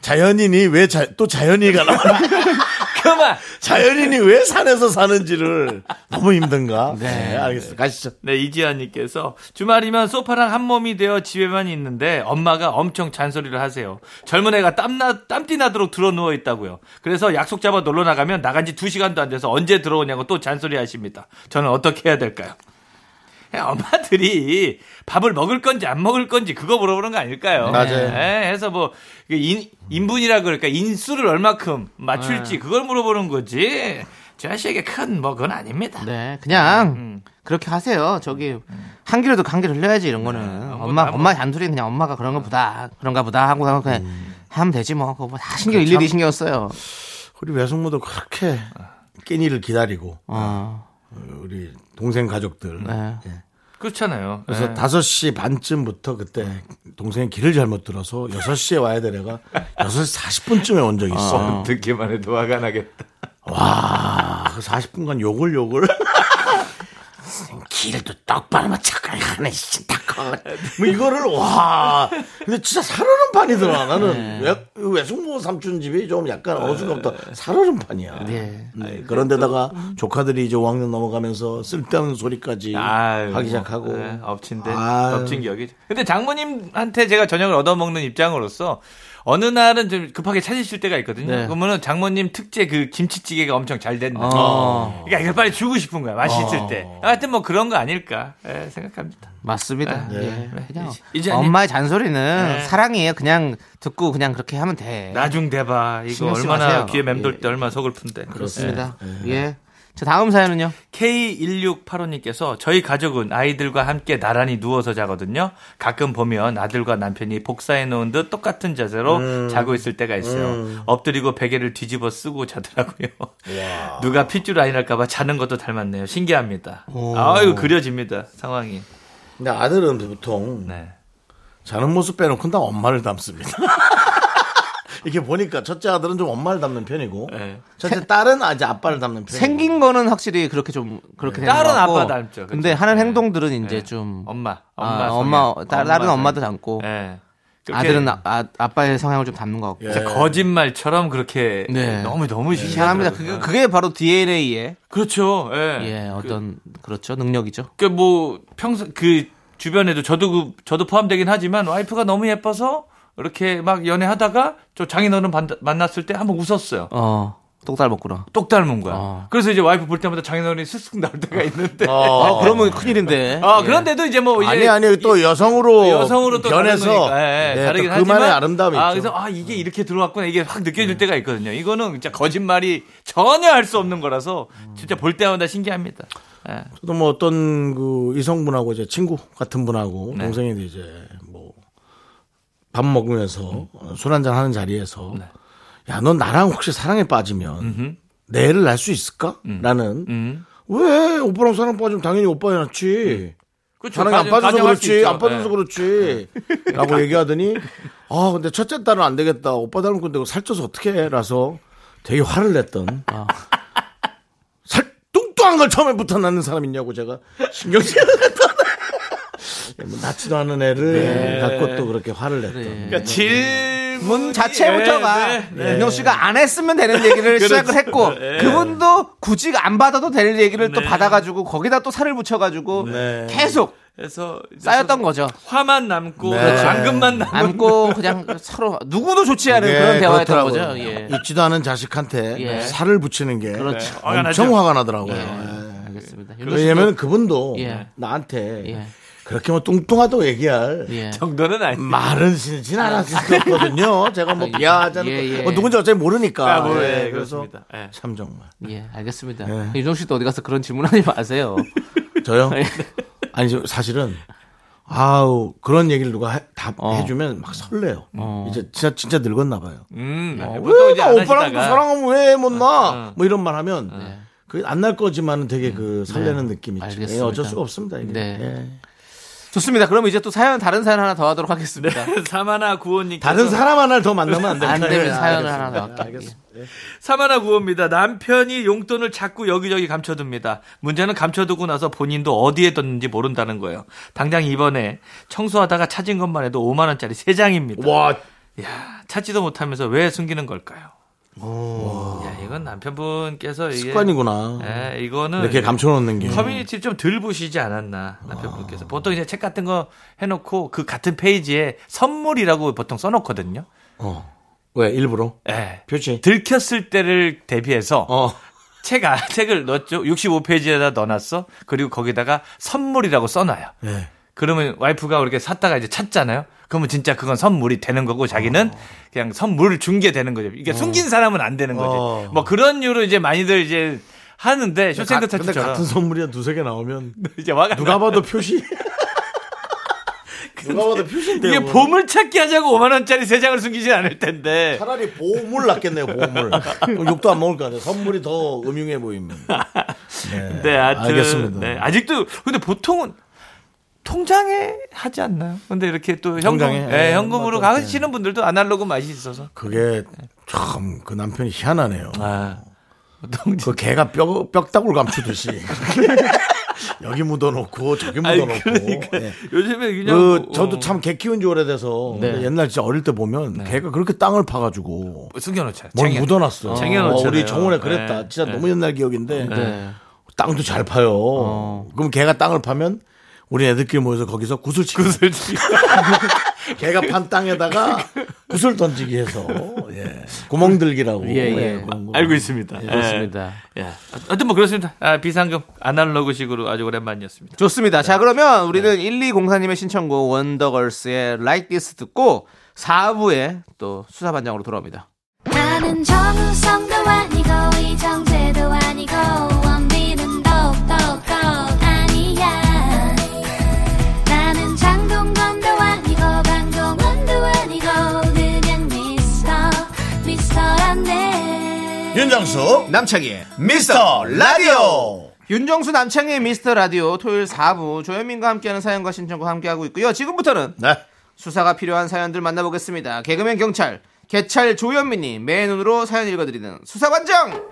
Speaker 1: 자연인이 왜 또 자연이가 나와?
Speaker 5: 그만.
Speaker 1: 자연인이 왜 산에서 사는지를 너무 힘든가?
Speaker 2: 네.
Speaker 1: 네, 알겠습니다. 가시죠.
Speaker 5: 네, 이지아님께서 주말이면 소파랑 한 몸이 되어 집에만 있는데 엄마가 엄청 잔소리를 하세요. 젊은 애가 땀나 땀띠 나도록 들어 누워 있다고요. 그래서 약속 잡아 놀러 나가면 나간 지 두 시간도 안 돼서 언제 들어오냐고 또 잔소리 하십니다. 저는 어떻게 해야 될까요? 야, 엄마들이 밥을 먹을 건지 안 먹을 건지 그거 물어보는 거 아닐까요?
Speaker 1: 맞아요.
Speaker 5: 예, 해서 뭐, 그 인, 인분이라 그럴까, 인수를 얼마큼 맞출지 그걸 물어보는 거지. 저 아씨에게 큰 뭐, 그건 아닙니다.
Speaker 2: 네, 그냥 그렇게 하세요. 저기 한 길에도 간길 흘려야지 이런 거는 엄마
Speaker 5: 뭐.
Speaker 2: 엄마 잔소리 그냥 엄마가 그런가 보다 그런가 보다 하고 하고 그냥 하면 되지 뭐 그거 뭐다 신경 일일이 신경 써요.
Speaker 1: 그러니까 우리 외숙모도 그렇게 끼니를 기다리고
Speaker 2: 어,
Speaker 1: 우리 동생 가족들 예.
Speaker 2: 네.
Speaker 5: 그렇잖아요.
Speaker 1: 그래서
Speaker 5: 예.
Speaker 1: 다섯 시 반쯤부터 그때 동생이 길을 잘못 들어서 여섯 시에 와야 되래가 여섯 시 40분쯤에 온 적이 있어.
Speaker 5: 듣기만 해도 화가 나겠다.
Speaker 1: 와, 그 40분간 욕을 욕을. 길을 또 떡바로 맞착하 하네, 진짜. 뭐 이거를, 와. 근데 진짜 사르는 판이더라.
Speaker 5: 네.
Speaker 1: 나는 외, 외숙모 삼촌 집이 좀 약간 어수없다 사르는 판이야.
Speaker 2: 네.
Speaker 1: 네, 그런데다가 조카들이 이제 5학년 넘어가면서 쓸데없는 소리까지
Speaker 5: 아유,
Speaker 1: 하기 시작하고.
Speaker 5: 네, 엎친데
Speaker 1: 아유.
Speaker 5: 엎친 격이. 근데 장모님한테 제가 저녁을 얻어먹는 입장으로서 어느 날은 좀 급하게 찾으실 때가 있거든요.
Speaker 2: 네.
Speaker 5: 그러면은 장모님 특제 그 김치찌개가 엄청 잘 됐나.
Speaker 2: 어.
Speaker 5: 그러니까 이걸 빨리 주고 싶은 거야. 맛있을 때. 하여튼 뭐 그런 거 아닐까 예, 생각합니다.
Speaker 2: 맞습니다.
Speaker 1: 네.
Speaker 2: 예, 그냥
Speaker 5: 이제- 이제 아니-
Speaker 2: 엄마의 잔소리는
Speaker 5: 네.
Speaker 2: 사랑이에요. 그냥 듣고 그냥 그렇게 하면 돼.
Speaker 5: 나중 대봐. 이거
Speaker 2: 신경 쓰지
Speaker 5: 얼마나
Speaker 2: 마세요.
Speaker 5: 귀에 맴돌 때
Speaker 2: 예.
Speaker 5: 얼마나 서글픈데.
Speaker 2: 그렇습니다. 예. 자 다음 사연은요.
Speaker 5: K1685님께서 저희 가족은 아이들과 함께 나란히 누워서 자거든요. 가끔 보면 아들과 남편이 복사해 놓은 듯 똑같은 자세로
Speaker 2: 음.
Speaker 5: 자고 있을 때가 있어요. 엎드리고 베개를 뒤집어 쓰고 자더라고요. 누가 핏줄 아니랄까봐 자는 것도 닮았네요. 신기합니다. 아유, 그려집니다. 상황이.
Speaker 1: 근데 아들은 보통
Speaker 5: 네.
Speaker 1: 자는 모습 빼놓고 다 엄마를 닮습니다. 이렇게 보니까 첫째 아들은 좀 엄마를 닮는 편이고
Speaker 5: 네.
Speaker 1: 첫째 딸은 아직 아빠를 닮는 편이고
Speaker 2: 네. 생긴 거는 확실히 그렇게 좀 그렇게 되는
Speaker 5: 딸은
Speaker 2: 것 같고.
Speaker 5: 네. 아빠 닮죠. 그렇죠.
Speaker 2: 근데 하는 행동들은 이제
Speaker 5: 네.
Speaker 2: 좀
Speaker 5: 엄마. 엄마.
Speaker 2: 아,
Speaker 5: 성향.
Speaker 2: 엄마, 딸- 다른
Speaker 5: 엄마
Speaker 2: 엄마도
Speaker 5: 성향.
Speaker 2: 닮고
Speaker 5: 네. 그렇게
Speaker 2: 아들은 아, 빠의 성향을 좀 닮는 것 같고
Speaker 1: 예.
Speaker 5: 거짓말처럼 그렇게
Speaker 2: 네.
Speaker 5: 너무 너무
Speaker 2: 희한합니다. 그게, 그게 바로 DNA의
Speaker 5: 그렇죠. 예.
Speaker 2: 예,
Speaker 5: 그-
Speaker 2: 어떤 그, 렇죠 능력이죠.
Speaker 5: 그 뭐 평소 그 주변에도 저도 그 저도 포함되긴 하지만 와이프가 너무 예뻐서 이렇게 막 연애하다가 저 장인어른 반- 만났을 때 한번 웃었어요.
Speaker 2: 어, 똑달 먹구나.
Speaker 5: 똑 닮은 거야.
Speaker 1: 아.
Speaker 2: 어.
Speaker 5: 그래서 이제 와이프 볼 때마다 장인어른이 슥슥 나올 때가 있는데. 아,
Speaker 1: 어,
Speaker 2: 아, 그러면
Speaker 5: 네,
Speaker 2: 큰일인데. 예.
Speaker 5: 그런데도 이제 뭐 이제
Speaker 1: 아니 아니 또 여성으로
Speaker 5: 여성으로 또
Speaker 1: 변해서
Speaker 5: 다른 거니까. 예,
Speaker 1: 네,
Speaker 5: 다르긴
Speaker 1: 또
Speaker 5: 하지만
Speaker 1: 그만의 아름다움이
Speaker 5: 아,
Speaker 1: 있죠. 음.
Speaker 5: 그래서 아 이게 이렇게 들어왔구나 이게 확 느껴질 때가 있거든요. 이거는 진짜 거짓말이 전혀 할 수 없는 거라서 진짜 볼 때마다 신기합니다. 예.
Speaker 1: 저도 뭐 어떤 그 이성분하고 이제 친구 같은 분하고 동생이 이제 뭐 밥 먹으면서 술 한잔 하는 자리에서 야 넌 나랑 혹시 사랑에 빠지면 내 애를 낳을 수 있을까? 라는 왜 오빠랑 사랑 빠지면 당연히 오빠야 낳지.
Speaker 5: 그렇죠.
Speaker 1: 사랑이 안
Speaker 5: 가정-
Speaker 1: 빠져서
Speaker 5: 가정할 수
Speaker 1: 그렇지,
Speaker 5: 있죠.
Speaker 1: 안 빠져서
Speaker 5: 예.
Speaker 1: 그렇지. 라고 얘기하더니, 아, 근데 첫째 딸은 안 되겠다. 오빠 닮은 건데 이거 살쪄서 어떻게 해? 라서 되게 화를 냈던. 살, 뚱뚱한 걸 처음부터 낳는 사람 있냐고 제가 신경질 났던. 뭐 낳지도 않은 애를 갖고 또 그렇게 화를 냈던.
Speaker 5: 그러니까 질문
Speaker 2: 문 음, 자체부터가
Speaker 5: 네, 그렇죠. 네,
Speaker 2: 윤정 씨가 안 했으면 되는 얘기를 시작을 했고 그분도 굳이 안 받아도 될 얘기를
Speaker 5: 네.
Speaker 2: 또 받아가지고 거기다 또 살을 붙여가지고
Speaker 1: 네.
Speaker 2: 계속
Speaker 5: 그래서 이제
Speaker 2: 쌓였던 거죠.
Speaker 5: 화만 남고
Speaker 1: 네.
Speaker 5: 잔금만 남고
Speaker 2: 안고 그냥 서로 누구도 좋지 않은
Speaker 1: 예,
Speaker 2: 그런 대화였던
Speaker 1: 그렇더라고요.
Speaker 2: 거죠. 예.
Speaker 1: 있지도 않은 자식한테
Speaker 2: 예.
Speaker 1: 살을 붙이는 게
Speaker 2: 그렇죠.
Speaker 5: 화가 나죠.
Speaker 1: 엄청 화가 나더라고요.
Speaker 2: 예, 알겠습니다. 윤정 씨도-
Speaker 1: 왜냐면 그분도
Speaker 2: 예.
Speaker 1: 나한테
Speaker 2: 예.
Speaker 1: 그렇게 뭐 뚱뚱하다고 얘기할
Speaker 2: 예.
Speaker 5: 정도는 아니.
Speaker 1: 말은 신진 않았었거든요. 제가 뭐 비하하자는
Speaker 2: 예, 예.
Speaker 1: 거- 뭐 누군지 어차피 모르니까.
Speaker 5: 아, 뭐, 예,
Speaker 1: 예, 그래서
Speaker 5: 그렇습니다. 예.
Speaker 1: 참 정말
Speaker 2: 예, 알겠습니다. 윤정 씨도 어디 가서 그런 질문하지 마세요.
Speaker 1: 저요. 아니 저 사실은 아우 그런 얘기를 누가 해, 다
Speaker 2: 어.
Speaker 1: 해주면 막 설레요.
Speaker 2: 어.
Speaker 1: 이제 진짜 진짜 늙었나 봐요.
Speaker 5: 음,
Speaker 1: 어,
Speaker 5: 보통
Speaker 1: 왜
Speaker 5: 이제
Speaker 1: 나
Speaker 5: 안
Speaker 1: 오빠랑 또
Speaker 5: 하시다가.
Speaker 1: 사랑하면 왜 못나?
Speaker 5: 어, 어.
Speaker 1: 뭐 이런 말 하면 그게 안 날 거지만은 되게 그 설레는 느낌이 있죠. 예,
Speaker 2: 알겠습니다.
Speaker 1: 어쩔 수가 없습니다. 이게.
Speaker 2: 네.
Speaker 1: 예.
Speaker 2: 좋습니다. 그럼 이제 또 사연 다른 사연 하나 더 하도록 하겠습니다.
Speaker 5: 사마나 구호님
Speaker 1: 다른 사람 하나를 더 만나면 안 됩니다.
Speaker 2: 안 되면
Speaker 1: 예,
Speaker 2: 사연을
Speaker 1: 알겠습니다.
Speaker 2: 하나 넣을게요.
Speaker 1: 알겠습니다.
Speaker 5: 사마나 구호입니다. 남편이 용돈을 자꾸 여기저기 감춰둡니다. 문제는 감춰두고 나서 본인도 어디에 뒀는지 모른다는 거예요. 당장 이번에 청소하다가 찾은 것만 해도 5만 원짜리 3장입니다.
Speaker 1: 와,
Speaker 5: 야, 찾지도 못하면서 왜 숨기는 걸까요? 야, 이건 남편분께서 이게
Speaker 1: 습관이구나.
Speaker 5: 예, 이거는
Speaker 1: 이렇게 감춰놓는 게.
Speaker 5: 커뮤니티를 좀 덜 보시지 않았나
Speaker 1: 아.
Speaker 5: 남편분께서 보통 이제 책 같은 거 해놓고 그 같은 페이지에 선물이라고 보통 써놓거든요.
Speaker 1: 어. 왜 일부러?
Speaker 5: 예.
Speaker 1: 표시.
Speaker 5: 들켰을 때를 대비해서
Speaker 1: 어.
Speaker 5: 책 아, 책을 넣었죠. 65페이지에다 넣어놨어. 그리고 거기다가 선물이라고 써놔요.
Speaker 1: 예.
Speaker 5: 그러면 와이프가 이렇게 샀다가 이제 찾잖아요. 그러면 진짜 그건 선물이 되는 거고 자기는
Speaker 1: 어.
Speaker 5: 그냥 선물을 준 게 되는 거죠. 이게 숨긴 사람은 안 되는 거지.
Speaker 1: 어.
Speaker 5: 뭐 그런 이유로 이제 많이들 이제 하는데 쇼생크
Speaker 1: 아, 근데
Speaker 5: 탈출처럼
Speaker 1: 같은 선물이 두세 개 나오면
Speaker 5: 이제 와가
Speaker 1: 누가 봐도 표시. 누가 봐도 표시인데. 뭐
Speaker 5: 이게 보물 찾기 하자고 5만 원짜리 세 장을 숨기진 않을 텐데.
Speaker 1: 차라리 보물 낫겠네요, 보물. 그럼 욕도 안 먹을 것 같아요. 선물이 더 음흉해 보이면. 네,
Speaker 5: 네, 하여튼,
Speaker 1: 알겠습니다.
Speaker 5: 네, 아직도 근데 보통은 통장에 하지 않나요? 근데 이렇게 또 현금,
Speaker 1: 통장에?
Speaker 5: 예,
Speaker 1: 예,
Speaker 5: 현금으로
Speaker 1: 맞아요.
Speaker 5: 가시는 분들도 아날로그 맛이 있어서.
Speaker 1: 그게 참 그 남편이 희한하네요.
Speaker 5: 아, 보통
Speaker 1: 그 개가 뼈, 뼈다구를 감추듯이. 여기 묻어놓고 저기
Speaker 5: 아니,
Speaker 1: 묻어놓고.
Speaker 5: 그러니까
Speaker 1: 예.
Speaker 5: 요즘에 그냥
Speaker 1: 그
Speaker 5: 뭐,
Speaker 1: 저도
Speaker 5: 어, 네.
Speaker 1: 참 개 키운 지 오래돼서
Speaker 2: 네.
Speaker 1: 근데 옛날 진짜 어릴 때 보면 개가 그렇게 땅을 파가지고
Speaker 5: 숨겨놓자.
Speaker 1: 뭘
Speaker 5: 쟁여-
Speaker 1: 묻어놨어. 어,
Speaker 5: 쟁여놓잖아요.
Speaker 1: 우리 정원에 그랬다.
Speaker 5: 네.
Speaker 1: 진짜
Speaker 5: 네.
Speaker 1: 너무 옛날 기억인데
Speaker 2: 네.
Speaker 1: 땅도 잘 파요.
Speaker 5: 어.
Speaker 1: 그럼 개가 땅을 파면 우리 애들끼리 모여서 거기서 구슬 치기. 개가 판 땅에다가 구슬 던지기 해서 예. 구멍 들기라고.
Speaker 2: 예, 예.
Speaker 1: 네, 그런 거.
Speaker 5: 알고 있습니다.
Speaker 2: 네.
Speaker 5: 예.
Speaker 2: 좋습니다.
Speaker 5: 예. 하여튼 뭐 그렇습니다. 아, 비상금 아날로그식으로 아주 오랜만이었습니다.
Speaker 2: 좋습니다. 자, 그러면 우리는 1204님의 신청곡 원더걸스의 Like This 듣고 4부에 또 수사반장으로 돌아옵니다.
Speaker 3: 나는 정우성도 아니고 이정재도 아니고 원빈은 더욱더 아니야 나는 장동건도 아니고 강동원도 아니고 그냥 미스터 미스터란데
Speaker 1: 윤정수
Speaker 2: 남창희의
Speaker 1: 미스터 라디오.
Speaker 2: 윤정수 남창희의 미스터 라디오 토요일 4부 조현민과 함께하는 사연과 신청과 함께하고 있고요. 지금부터는
Speaker 1: 네.
Speaker 2: 수사가 필요한 사연들 만나보겠습니다. 개그맨 경찰, 개찰 조현민님, 매 눈으로 사연 읽어드리는 수사반장!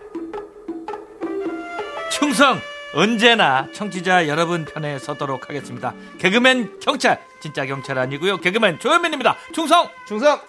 Speaker 5: 충성 언제나 청취자 여러분 편에 서도록 하겠습니다. 개그맨 경찰 진짜 경찰 아니고요. 개그맨 조현민입니다. 충성.
Speaker 2: 충성!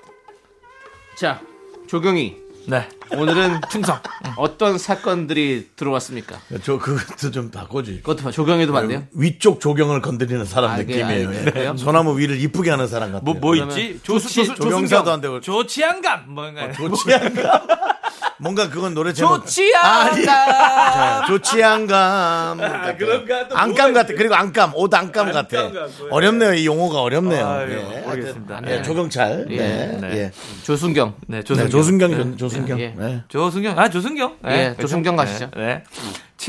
Speaker 2: 자, 조경희.
Speaker 5: 네.
Speaker 2: 오늘은
Speaker 5: 충성.
Speaker 2: 어떤 사건들이 들어왔습니까?
Speaker 1: 저 그것도 좀 바꿔주십시오.
Speaker 2: 그것도 봐, 조경희도 봤네요.
Speaker 1: 위쪽 조경을 건드리는 사람
Speaker 2: 아, 그게-
Speaker 1: 느낌이에요.
Speaker 2: 아, 그래요?
Speaker 1: 예. 소나무 위를 이쁘게 하는 사람 같아요.
Speaker 5: 뭐, 뭐
Speaker 2: 그러면
Speaker 5: 있지? 조수, 조수,
Speaker 1: 조경사도 안 되고 어,
Speaker 5: 조치안감. 뭔가.
Speaker 1: 조치한감. 뭔가 그건 노래 제목.
Speaker 5: 조치안감.
Speaker 1: 자, 조치한감.
Speaker 5: 아, 그런가? 또
Speaker 1: 안감 같아. 그리고 안감, 옷 안감 같아.
Speaker 5: 같고요. 예.
Speaker 1: 어렵네요. 이 용어가 어렵네요.
Speaker 5: 아유,
Speaker 1: 예.
Speaker 5: 모르겠습니다.
Speaker 1: 예, 조경찰. 네. 예.
Speaker 5: 네.
Speaker 2: 조순경.
Speaker 5: 네, 조승경.
Speaker 1: 네, 조순경, 조- 조순경.
Speaker 2: 예.
Speaker 1: 네.
Speaker 5: 조승경. 아, 조승경.
Speaker 2: 예, 조승경 가시죠.
Speaker 5: 네.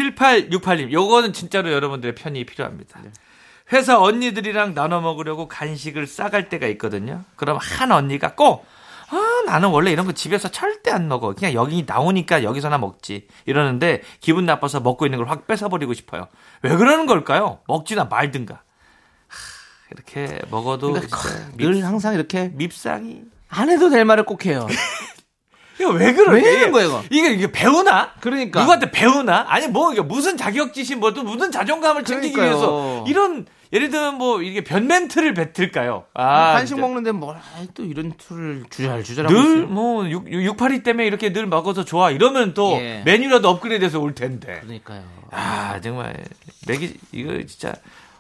Speaker 5: 7868님. 요거는 진짜로 여러분들의 편이 필요합니다. 회사 언니들이랑 나눠 먹으려고 간식을 싸갈 때가 있거든요. 그럼 한 언니가 꼭 아, 나는 원래 이런 거 집에서 절대 안 먹어. 그냥 여기 나오니까 여기서나 먹지. 이러는데 기분 나빠서 먹고 있는 걸 확 뺏어버리고 싶어요. 왜 그러는 걸까요? 먹지나 말든가. 하, 이렇게 먹어도
Speaker 2: 근데
Speaker 5: 진짜
Speaker 2: 크,
Speaker 5: 밉,
Speaker 2: 늘 항상 이렇게
Speaker 5: 밉상이.
Speaker 2: 네. 안 해도 될 말을 꼭 해요.
Speaker 5: 이거 왜 그러니?
Speaker 2: 왜 이러는 거야, 이거?
Speaker 5: 이게, 이게 배우나?
Speaker 2: 그러니까.
Speaker 5: 누구한테 배우나? 아니, 뭐, 이게 무슨 자격지심, 뭐, 또 무슨 자존감을 챙기기
Speaker 2: 그러니까요.
Speaker 5: 위해서. 이런, 예를 들면 뭐, 이게 변멘트를 뱉을까요? 아.
Speaker 2: 간식
Speaker 5: 진짜.
Speaker 2: 뭐 먹는데 뭘 또 이런 툴을 주잘 주잘하고
Speaker 5: 늘,
Speaker 2: 있어요.
Speaker 5: 뭐, 6, 682 때문에 이렇게 늘 먹어서 좋아. 이러면 또,
Speaker 2: 예.
Speaker 5: 메뉴라도 업그레이드 해서 올 텐데.
Speaker 2: 그러니까요.
Speaker 5: 아, 정말. 맥이, 이거 진짜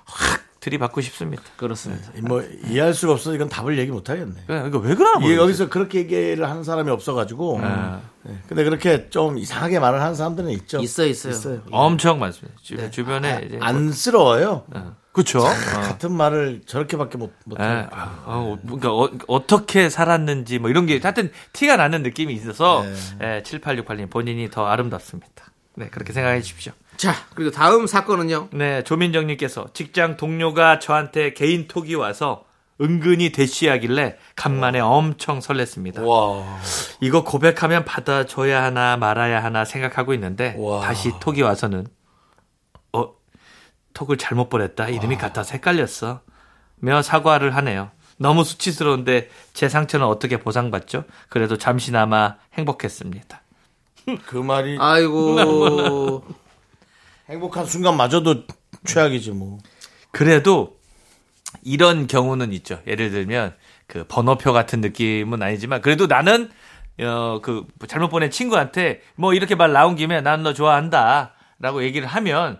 Speaker 5: 확 들이받고 싶습니다.
Speaker 2: 그렇습니다.
Speaker 1: 뭐 이해할 수가 없어서 이건 답을 얘기 못 하겠네.
Speaker 5: 이거, 이거 왜 그러나
Speaker 2: 예,
Speaker 1: 이게
Speaker 5: 모르겠어요.
Speaker 1: 여기서 그렇게 얘기를 하는 사람이 없어가지고.
Speaker 2: 아.
Speaker 1: 네. 근데 그렇게 좀 이상하게 말을 하는 사람들은 있죠.
Speaker 2: 있어 있어요.
Speaker 1: 있어요.
Speaker 5: 엄청 많습니다. 주,
Speaker 2: 네.
Speaker 5: 주변에.
Speaker 2: 아,
Speaker 5: 이제 어.
Speaker 1: 안쓰러워요.
Speaker 5: 그쵸.
Speaker 1: 같은 말을 저렇게밖에 못, 못
Speaker 5: 어. 예.
Speaker 1: 해요.
Speaker 5: 아, 어, 그러니까 어, 떻게 살았는지 뭐 이런 게 하여튼 티가 나는 느낌이 있어서 예, 7868님 본인이 더 아름답습니다. 네, 그렇게 생각해 주십시오.
Speaker 2: 자, 그리고 다음 사건은요.
Speaker 5: 네, 조민정님께서 직장 동료가 저한테 개인 톡이 와서 은근히 대쉬하길래 간만에 엄청 설렜습니다.
Speaker 6: 와.
Speaker 5: 이거 고백하면 받아줘야 하나 말아야 하나 생각하고 있는데
Speaker 6: 와.
Speaker 5: 다시 톡이 와서는 어 톡을 잘못 보냈다 이름이 같아서 헷갈렸어 며 사과를 하네요 너무 수치스러운데 제 상처는 어떻게 보상받죠 그래도 잠시나마 행복했습니다
Speaker 1: 그 말이
Speaker 2: 아. 아이고.
Speaker 1: 행복한 순간마저도 최악이지 뭐.
Speaker 5: 그래도 이런 경우는 있죠 예를 들면 그 번호표 같은 느낌은 아니지만 그래도 나는 어그 뭐 잘못 보낸 친구한테 뭐 이렇게 말 나온 김에 난 너 좋아한다라고 얘기를 하면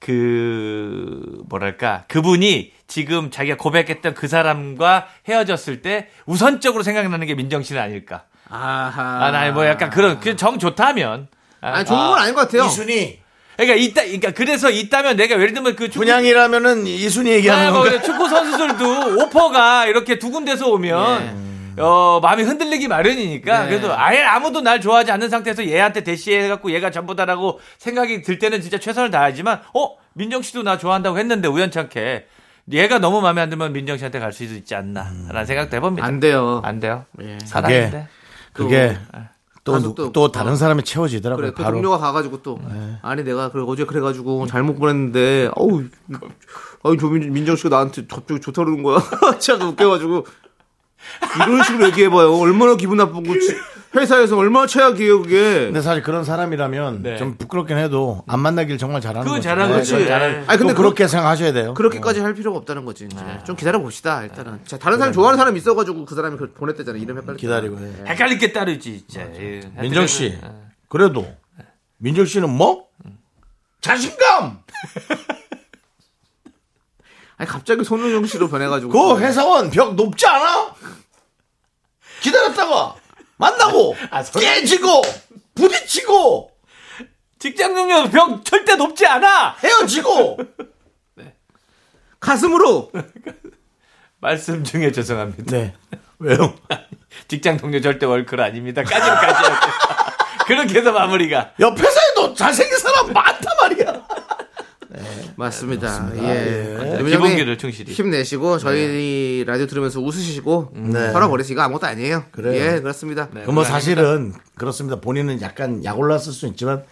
Speaker 5: 그 뭐랄까 그분이 지금 자기가 고백했던 그 사람과 헤어졌을 때 우선적으로 생각나는 게 민정 씨는 아닐까?
Speaker 2: 아하.
Speaker 5: 아, 나뭐 약간 그런 그 정 좋다면. 아,
Speaker 2: 아니, 좋은 건 아닌 것 같아요.
Speaker 1: 이순이
Speaker 5: 그러니까 있다, 그러니까 그래서 있다면 내가 예를 들면 그 축구-
Speaker 1: 분양이라면은 이순이 얘기하는
Speaker 5: 아, 뭐
Speaker 1: 건가?
Speaker 5: 그래. 축구 선수들도 오퍼가 이렇게 두 군데서 오면
Speaker 1: 네.
Speaker 5: 어 마음이 흔들리기 마련이니까 그래도 아예 아무도 날 좋아하지 않는 상태에서 얘한테 대시해갖고 얘가 전부다라고 생각이 들 때는 진짜 최선을 다하지만 어 민정 씨도 나 좋아한다고 했는데 우연찮게 얘가 너무 마음에 안 들면 민정 씨한테 갈 수도 있지
Speaker 1: 음.
Speaker 5: 않나라는 생각도 해봅니다.
Speaker 2: 안 돼요.
Speaker 5: 안 돼요.
Speaker 1: 그게
Speaker 5: 사랑인데.
Speaker 1: 그게
Speaker 5: 아,
Speaker 1: 또,
Speaker 2: 가족도
Speaker 1: 누-
Speaker 2: 없고.
Speaker 1: 또 다른 사람이 채워지더라고요.
Speaker 2: 그래, 그
Speaker 1: 바로
Speaker 2: 동료가 가가지고 또. 아니, 내가, 그래, 어제 그래가지고 잘못 보냈는데, 어우, 아유, 조민, 민정 씨가 나한테 갑자기 좋다 그러는 거야. 진짜 웃겨가지고. 이런 식으로 얘기해봐요. 얼마나 기분 나쁜 거지. 회사에서 얼마나 최악이에요, 그게.
Speaker 1: 근데 사실 그런 사람이라면
Speaker 5: 네.
Speaker 1: 좀 부끄럽긴 해도 안 만나길 정말 잘하는
Speaker 5: 그건
Speaker 1: 거죠.
Speaker 5: 잘하는 거지.
Speaker 1: 그건
Speaker 5: 네.
Speaker 2: 아니, 근데
Speaker 1: 또 그렇게 생각하셔야 돼요.
Speaker 2: 그렇게까지 할 필요가 없다는 거지. 이제. 좀 기다려 봅시다. 일단은. 자, 다른 사람 좋아하는 사람 있어가지고 그 사람이 그 보냈대잖아. 이름 헷갈려.
Speaker 1: 기다리고. 예.
Speaker 5: 헷갈릴 게 따르지 진짜. 예. 음.
Speaker 1: 민정 씨, 그래도 민정 씨는 뭐 자신감.
Speaker 2: 아니 갑자기 손흥민 씨로 변해가지고.
Speaker 1: 그 회사원 벽 높지 않아? 기다렸다가 만나고 깨지고 부딪히고
Speaker 5: 직장 동료 벽 절대 높지 않아.
Speaker 1: 헤어지고
Speaker 2: 가슴으로.
Speaker 5: 말씀 중에 죄송합니다.
Speaker 1: 네 왜요?
Speaker 5: 직장 동료 절대 월클 아닙니다. 까지까지 그렇게 해서 마무리가.
Speaker 1: 옆 회사에도 잘생긴 사람 많단 말이야.
Speaker 2: 맞습니다. 예. 여러분,
Speaker 5: 기본기를 충실히.
Speaker 2: 힘내시고 저희 라디오 들으면서 웃으시고
Speaker 1: 네.
Speaker 2: 털어버리시 이거 아무것도 아니에요.
Speaker 1: 그래요.
Speaker 2: 예, 그렇습니다.
Speaker 1: 그뭐 사실은 그렇습니다. 본인은 약간 약 올랐을 수 있지만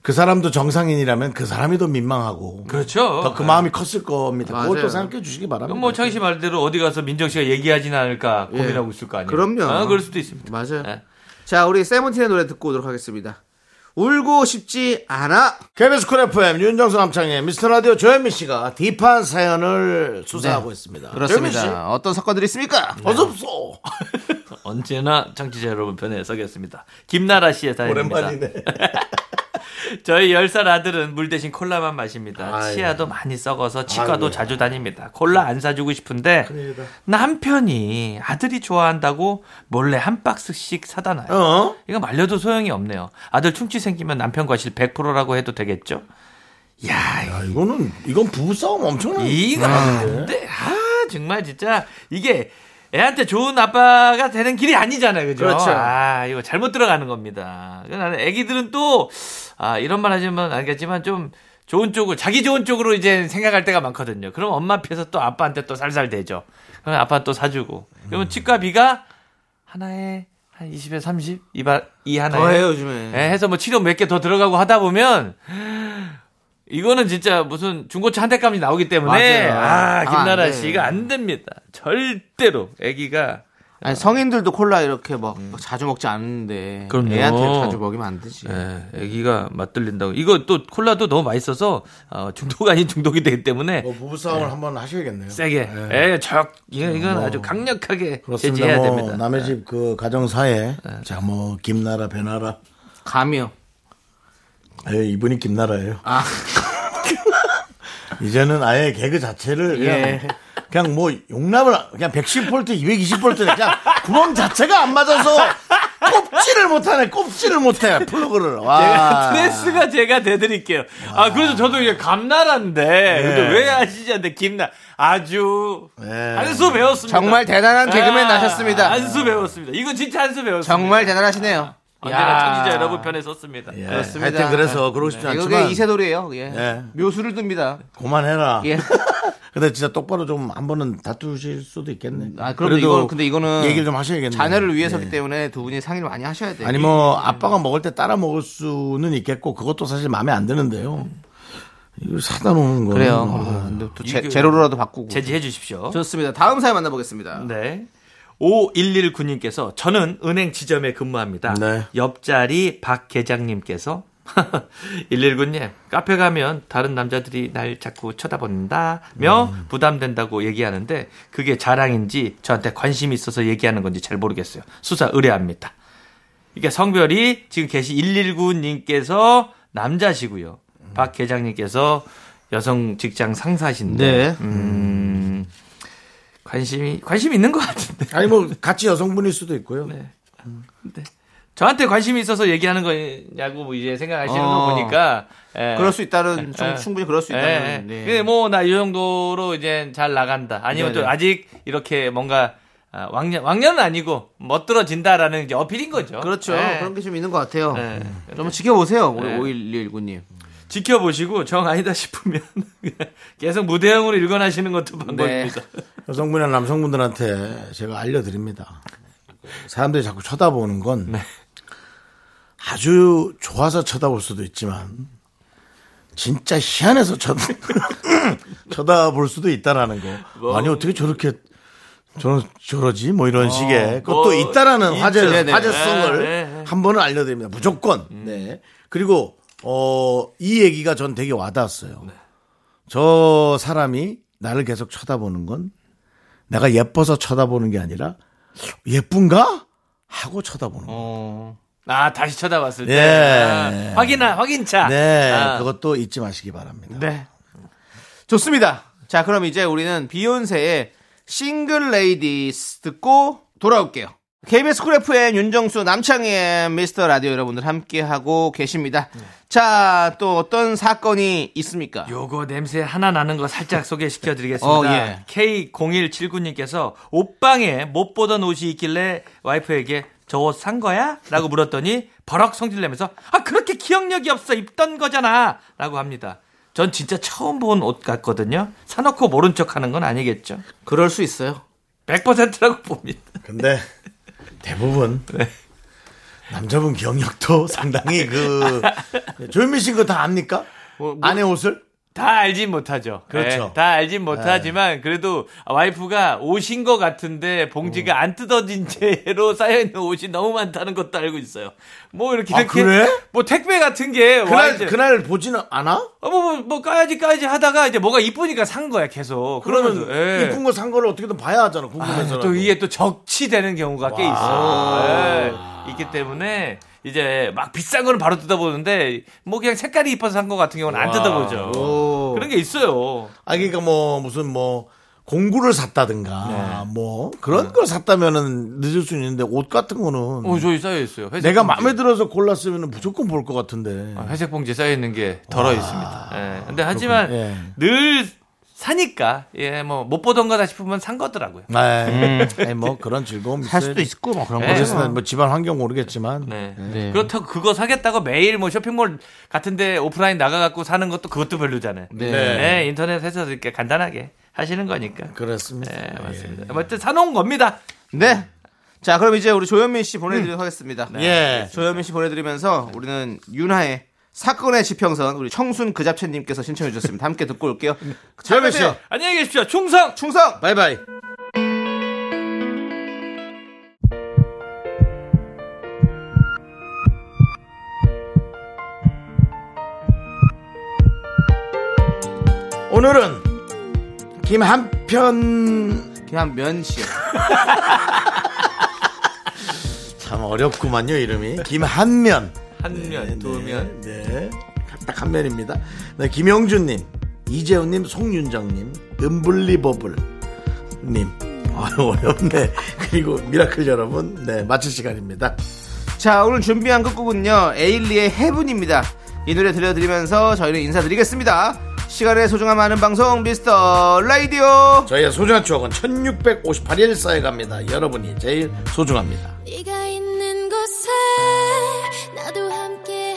Speaker 1: 그 사람도 정상인이라면 그 사람이 더 민망하고 더
Speaker 5: 그렇죠.
Speaker 1: 그 마음이 컸을 겁니다. 그걸
Speaker 2: 맞아요.
Speaker 1: 또 생각해 주시기 바랍니다.
Speaker 5: 그럼 뭐 창희 씨 말대로 어디 가서 민정 씨가 얘기하진 않을까
Speaker 1: 예.
Speaker 5: 고민하고 있을 거 아니에요.
Speaker 2: 그럼요.
Speaker 5: 아, 그럴 수도 있습니다.
Speaker 2: 맞아요.
Speaker 5: 네.
Speaker 2: 자, 우리 세븐틴의 노래 듣고 오도록 하겠습니다. 울고 싶지 않아.
Speaker 1: KBS 쿨 FM 윤정수 남창의 미스터 라디오 조현민 씨가 딥한 사연을 수사하고
Speaker 5: 네,
Speaker 1: 있습니다. 조현민
Speaker 2: 어떤 사건들이 있습니까?
Speaker 1: 씨, 어서 없어.
Speaker 5: 언제나 청취자 여러분 편에 서겠습니다. 김나라 씨의 사연입니다.
Speaker 1: 오랜만이네.
Speaker 5: 저희 10살 아들은 물 대신 콜라만 마십니다.
Speaker 1: 아이고.
Speaker 5: 치아도 많이 썩어서 치과도 자주 다닙니다. 콜라 안 사주고 싶은데
Speaker 1: 그러니까.
Speaker 5: 남편이 아들이 좋아한다고 몰래 한 박스씩 사다 놔요.
Speaker 1: 어?
Speaker 5: 이거 말려도 소용이 없네요. 아들 충치 생기면 남편 과실 100%라고 해도 되겠죠? 야,
Speaker 1: 아, 이거는 이건 부부 싸움 엄청난.
Speaker 5: 이거
Speaker 2: 네.
Speaker 5: 안 돼. 아, 정말 진짜 이게 애한테 좋은 아빠가 되는 길이 아니잖아요. 그죠?
Speaker 2: 그렇죠.
Speaker 5: 아, 이거 잘못 들어가는 겁니다. 이건 나는 애기들은 또 아, 이런 말 하지만 알겠지만 좀 좋은 쪽을 자기 좋은 쪽으로 이제 생각할 때가 많거든요. 그럼 엄마 앞에서 또 아빠한테 또 살살 대죠. 그럼 아빠 또 사주고.
Speaker 2: 음.
Speaker 5: 그러면 치과비가 하나에 한 20에 30? 이바 이 하나에
Speaker 2: 더해요 요즘에.
Speaker 1: 음.
Speaker 5: 예, 해서 뭐 치료 몇 개 더 들어가고 하다 보면 이거는 진짜 무슨 중고차 한 대값이 나오기 때문에
Speaker 2: 맞아요.
Speaker 5: 아
Speaker 2: 아,
Speaker 5: 김나라
Speaker 2: 안
Speaker 1: 네.
Speaker 2: 돼.
Speaker 5: 씨가 안 됩니다. 절대로 아기가
Speaker 2: 아니, 성인들도 콜라 이렇게 막
Speaker 1: 음.
Speaker 2: 자주 먹지 않는데
Speaker 5: 그럼요.
Speaker 2: 애한테 자주 먹이면 안 되지.
Speaker 1: 네.
Speaker 5: 예, 아기가 맛들린다고 이거 또 콜라도 너무 맛있어서 어, 중독 아닌 중독이 되기 때문에
Speaker 1: 뭐 부부 싸움을 한번 하셔야겠네요. 뭐,
Speaker 5: 세게 예, 적 이거 이건 아주 강력하게
Speaker 1: 그렇습니다.
Speaker 5: 제지해야
Speaker 1: 뭐
Speaker 5: 됩니다. 네.
Speaker 1: 남의 집 그 가정 사에 자 뭐 김나라 배나라
Speaker 2: 감이요.
Speaker 1: 에 예, 이분이 김나라예요.
Speaker 2: 아.
Speaker 1: 이제는 아예 개그 자체를 그냥,
Speaker 2: 예.
Speaker 1: 그냥 뭐 용납을 안- 그냥 110볼트, 220볼트 그냥 구멍 자체가 안 맞아서 꼽지를 못하네. 꼽지를 못해 플러그를.
Speaker 5: 제가
Speaker 1: 와.
Speaker 5: 트레스가 제가 대드릴게요. 아, 그래서 저도 이게 감나라인데
Speaker 2: 네.
Speaker 5: 근데 왜 아시지 않는데 김나 아주
Speaker 1: 예.
Speaker 5: 안수 배웠습니다.
Speaker 2: 정말 그러니까. 아, 대단한 개그맨 나셨습니다.
Speaker 5: 안수 배웠습니다. 이건 진짜 안수 배웠습니다.
Speaker 2: 정말 대단하시네요.
Speaker 5: 언제나
Speaker 2: 야.
Speaker 5: 청취자 여러분 편에 섰습니다.
Speaker 1: 예,
Speaker 2: 그렇습니다. 네.
Speaker 1: 하여튼 그래서 그러고 싶지
Speaker 2: 이게
Speaker 1: 않지만
Speaker 2: 이세돌이에요. 예.
Speaker 1: 예.
Speaker 2: 묘수를 듭니다.
Speaker 1: 그만해라.
Speaker 2: 예.
Speaker 1: 근데 진짜 똑바로 좀 한 번은 다투실 수도 있겠네.
Speaker 2: 아, 그럼 이거 근데 이거는
Speaker 1: 얘기를 좀 하셔야겠네.
Speaker 2: 자녀를 위해서기
Speaker 1: 예.
Speaker 2: 때문에 두 분이 상의를 많이 하셔야 돼요.
Speaker 1: 아니 뭐
Speaker 2: 음.
Speaker 1: 아빠가 먹을 때 따라 먹을 수는 있겠고 그것도 사실 마음에 안 드는데요. 이걸 사다 놓는 뭐. 거.
Speaker 2: 그래요. 아, 근데 또 제,
Speaker 5: 이게-
Speaker 2: 제로로라도 바꾸고.
Speaker 5: 제지해 주십시오.
Speaker 2: 좋습니다. 다음 사연 만나보겠습니다.
Speaker 5: 네. 5119님께서 저는 은행 지점에 근무합니다.
Speaker 1: 네.
Speaker 5: 옆자리 박 계장님께서 119님 카페 가면 다른 남자들이 날 자꾸 쳐다본다며 부담된다고 얘기하는데 그게 자랑인지 저한테 관심이 있어서 얘기하는 건지 잘 모르겠어요. 수사 의뢰합니다. 이게 성별이 지금 계시 119님께서 남자시고요. 박 계장님께서 여성 직장 상사신데
Speaker 2: 네.
Speaker 5: 음, 관심이 관심 있는 것 같은데
Speaker 1: 아니 뭐 같이 여성분일 수도
Speaker 2: 네.
Speaker 1: 있고요.
Speaker 5: 저한테 관심이 있어서 얘기하는 거냐고 뭐 이제 생각하시는 거
Speaker 2: 어.
Speaker 5: 보니까 예.
Speaker 2: 그럴 수 있다는 충-
Speaker 5: 예.
Speaker 2: 충분히 그럴 수 있다는.
Speaker 5: 예.
Speaker 2: 네.
Speaker 5: 근데 뭐 나 이 정도로 이제 잘 나간다 아니면 또
Speaker 2: 네네.
Speaker 5: 아직 이렇게 뭔가 아, 왕년 왕년은 아니고 멋들어진다라는 이제 어필인 거죠.
Speaker 2: 그렇죠.
Speaker 5: 예.
Speaker 2: 그런 게 좀 있는 것 같아요. 음.
Speaker 5: 예.
Speaker 2: 네. 좀 지켜보세요. 우리
Speaker 5: 네.
Speaker 2: 5119님.
Speaker 5: 지켜보시고 정 아니다 싶으면 그냥 계속 무대형으로 일관하시는 것도
Speaker 2: 네.
Speaker 5: 방법입니다.
Speaker 1: 여성분이나 남성분들한테 제가 알려드립니다. 사람들이 자꾸 쳐다보는 건
Speaker 5: 네.
Speaker 1: 아주 좋아서 쳐다볼 수도 있지만 진짜 희한해서 쳐다, 쳐다볼 수도 있다라는 거.
Speaker 5: 뭐.
Speaker 1: 아니 어떻게 저렇게 저런 저러지 뭐 이런 식의 그것도
Speaker 5: 어, 뭐
Speaker 1: 있다라는
Speaker 5: 있죠.
Speaker 1: 화제
Speaker 5: 네네.
Speaker 1: 화제성을
Speaker 5: 네, 음. 네.
Speaker 1: 한 번은 알려드립니다. 무조건. 네. 그리고 어, 이 얘기가 전 되게 와닿았어요.
Speaker 5: 네.
Speaker 1: 저 사람이 나를 계속 쳐다보는 건 내가 예뻐서 쳐다보는 게 아니라 예쁜가 하고 쳐다보는
Speaker 5: 어.
Speaker 1: 거.
Speaker 5: 아 다시 쳐다봤을 때
Speaker 1: 예.
Speaker 2: 네.
Speaker 5: 아, 확인하 확인차.
Speaker 1: 네,
Speaker 5: 아,
Speaker 1: 그것도 잊지 마시기 바랍니다.
Speaker 2: 네. 좋습니다. 자, 그럼 이제 우리는 비욘세의 싱글 레이디스 듣고 돌아올게요. KBS 쿨 FM 윤정수 남창희의 미스터 라디오 여러분들 함께하고 계십니다. 자, 또 어떤 사건이 있습니까?
Speaker 5: 요거 냄새 하나 나는 거 살짝 소개시켜 드리겠습니다.
Speaker 2: 어, 예.
Speaker 5: K0179님께서 옷방에 못 보던 옷이 있길래 와이프에게 저 옷 산 거야? 라고 물었더니 버럭 성질내면서 아 그렇게 기억력이 없어 입던 거잖아 라고 합니다. 전 진짜 처음 본 옷 같거든요. 사놓고 모른 척 하는 건 아니겠죠.
Speaker 2: 그럴 수 있어요.
Speaker 5: 100%라고 봅니다.
Speaker 1: 근데 대부분
Speaker 5: 네.
Speaker 1: 남자분 기억력도 상당히 그 조현민 씨 그거 다 압니까?
Speaker 5: 뭐,
Speaker 1: 아내 옷을?
Speaker 5: 다 알진 못하죠.
Speaker 1: 그렇죠. 예.
Speaker 5: 예, 다 알진 못하지만 그래도 와이프가 옷인 것 같은데
Speaker 1: 음.
Speaker 5: 봉지가 안 뜯어진 채로 쌓여 있는 옷이 너무 많다는 것도 알고 있어요. 뭐 이렇게
Speaker 1: 아,
Speaker 5: 이렇게
Speaker 1: 그래?
Speaker 5: 뭐 택배 같은 게
Speaker 1: 그날
Speaker 5: 와이즈-
Speaker 1: 그날 보지는 않아?
Speaker 5: 어, 뭐, 뭐, 뭐 까야지 까야지 하다가 이제 뭐가 이쁘니까 산 거야 계속.
Speaker 1: 그러면
Speaker 5: 그러면서, 예.
Speaker 1: 이쁜 거 산 거를 어떻게든 봐야 하잖아. 궁금해서.
Speaker 5: 아, 또 이게 또 적치되는 경우가 꽤 있어. 예. 있기 때문에 이제 막 비싼 거는 바로 뜯어보는데 뭐 그냥 색깔이 이뻐서 산 거 같은 경우는 안 뜯어보죠.
Speaker 2: 오.
Speaker 5: 그런 게 있어요.
Speaker 1: 아, 그러니까 뭐 무슨 뭐 공구를 샀다든가
Speaker 5: 네.
Speaker 1: 뭐 그런 걸 샀다면은 늦을 수 있는데 옷 같은 거는
Speaker 5: 어, 저기 쌓여 있어요. 회색
Speaker 1: 음. 내가
Speaker 5: 봉지.
Speaker 1: 마음에 들어서 골랐으면 무조건 볼 것 같은데.
Speaker 5: 아, 회색 봉지에 쌓여 있는 게 덜어 있습니다. 예. 근데 하지만
Speaker 1: 그렇군요. 예.
Speaker 5: 늘 사니까 예, 뭐 못 보던 거다 싶으면 산 거더라고요.
Speaker 1: 아, 아니, 뭐 그런 즐거움
Speaker 2: 할 네. 음. 수도 있고 뭐 그런
Speaker 5: 예.
Speaker 2: 거죠.
Speaker 1: 어쨌든 뭐 집안 환경 모르겠지만
Speaker 5: 네.
Speaker 2: 네.
Speaker 5: 그렇다고 그거 사겠다고 매일 뭐 쇼핑몰 같은데 오프라인 나가갖고 사는 것도 그것도 별로잖아요.
Speaker 2: 네.
Speaker 5: 예, 인터넷에서 이렇게 간단하게 하시는 거니까.
Speaker 1: 그렇습니다.
Speaker 5: 네,
Speaker 1: 예.
Speaker 5: 맞습니다. 아무튼 사놓은 겁니다.
Speaker 2: 네. 자, 그럼 이제 우리 조현민 씨 보내드리도록 하겠습니다.
Speaker 1: 예.
Speaker 2: 조현민 씨 보내드리면서 우리는 윤하의 사건의 지평선 우리 청순 그잡채님께서 신청해 주셨습니다. 함께 듣고 올게요. 조현민 씨,
Speaker 5: 안녕히 계십시오. 충성!
Speaker 2: 충성!
Speaker 1: 바이바이. 오늘은 김한편
Speaker 2: 김한면 씨.
Speaker 1: 참 어렵구만요 이름이 김한면
Speaker 5: 한 면, 두 면.
Speaker 1: 네. 딱 한 면입니다. 네, 김영준님, 이재훈님, 송윤정님, 은블리버블님. 아유, 어렵네. 그리고 미라클 여러분, 네, 마칠 시간입니다.
Speaker 2: 자, 오늘 준비한 끝곡은요. 에일리의 해븐입니다. 이 노래 들려드리면서 저희는 인사드리겠습니다. 시간의 소중함 아는 방송 미스터 라디오.
Speaker 1: 저희의 소중한 추억은 1658일 쌓여갑니다. 여러분이 제일 소중합니다.
Speaker 3: 네가 있는 곳 곳에 나도 함께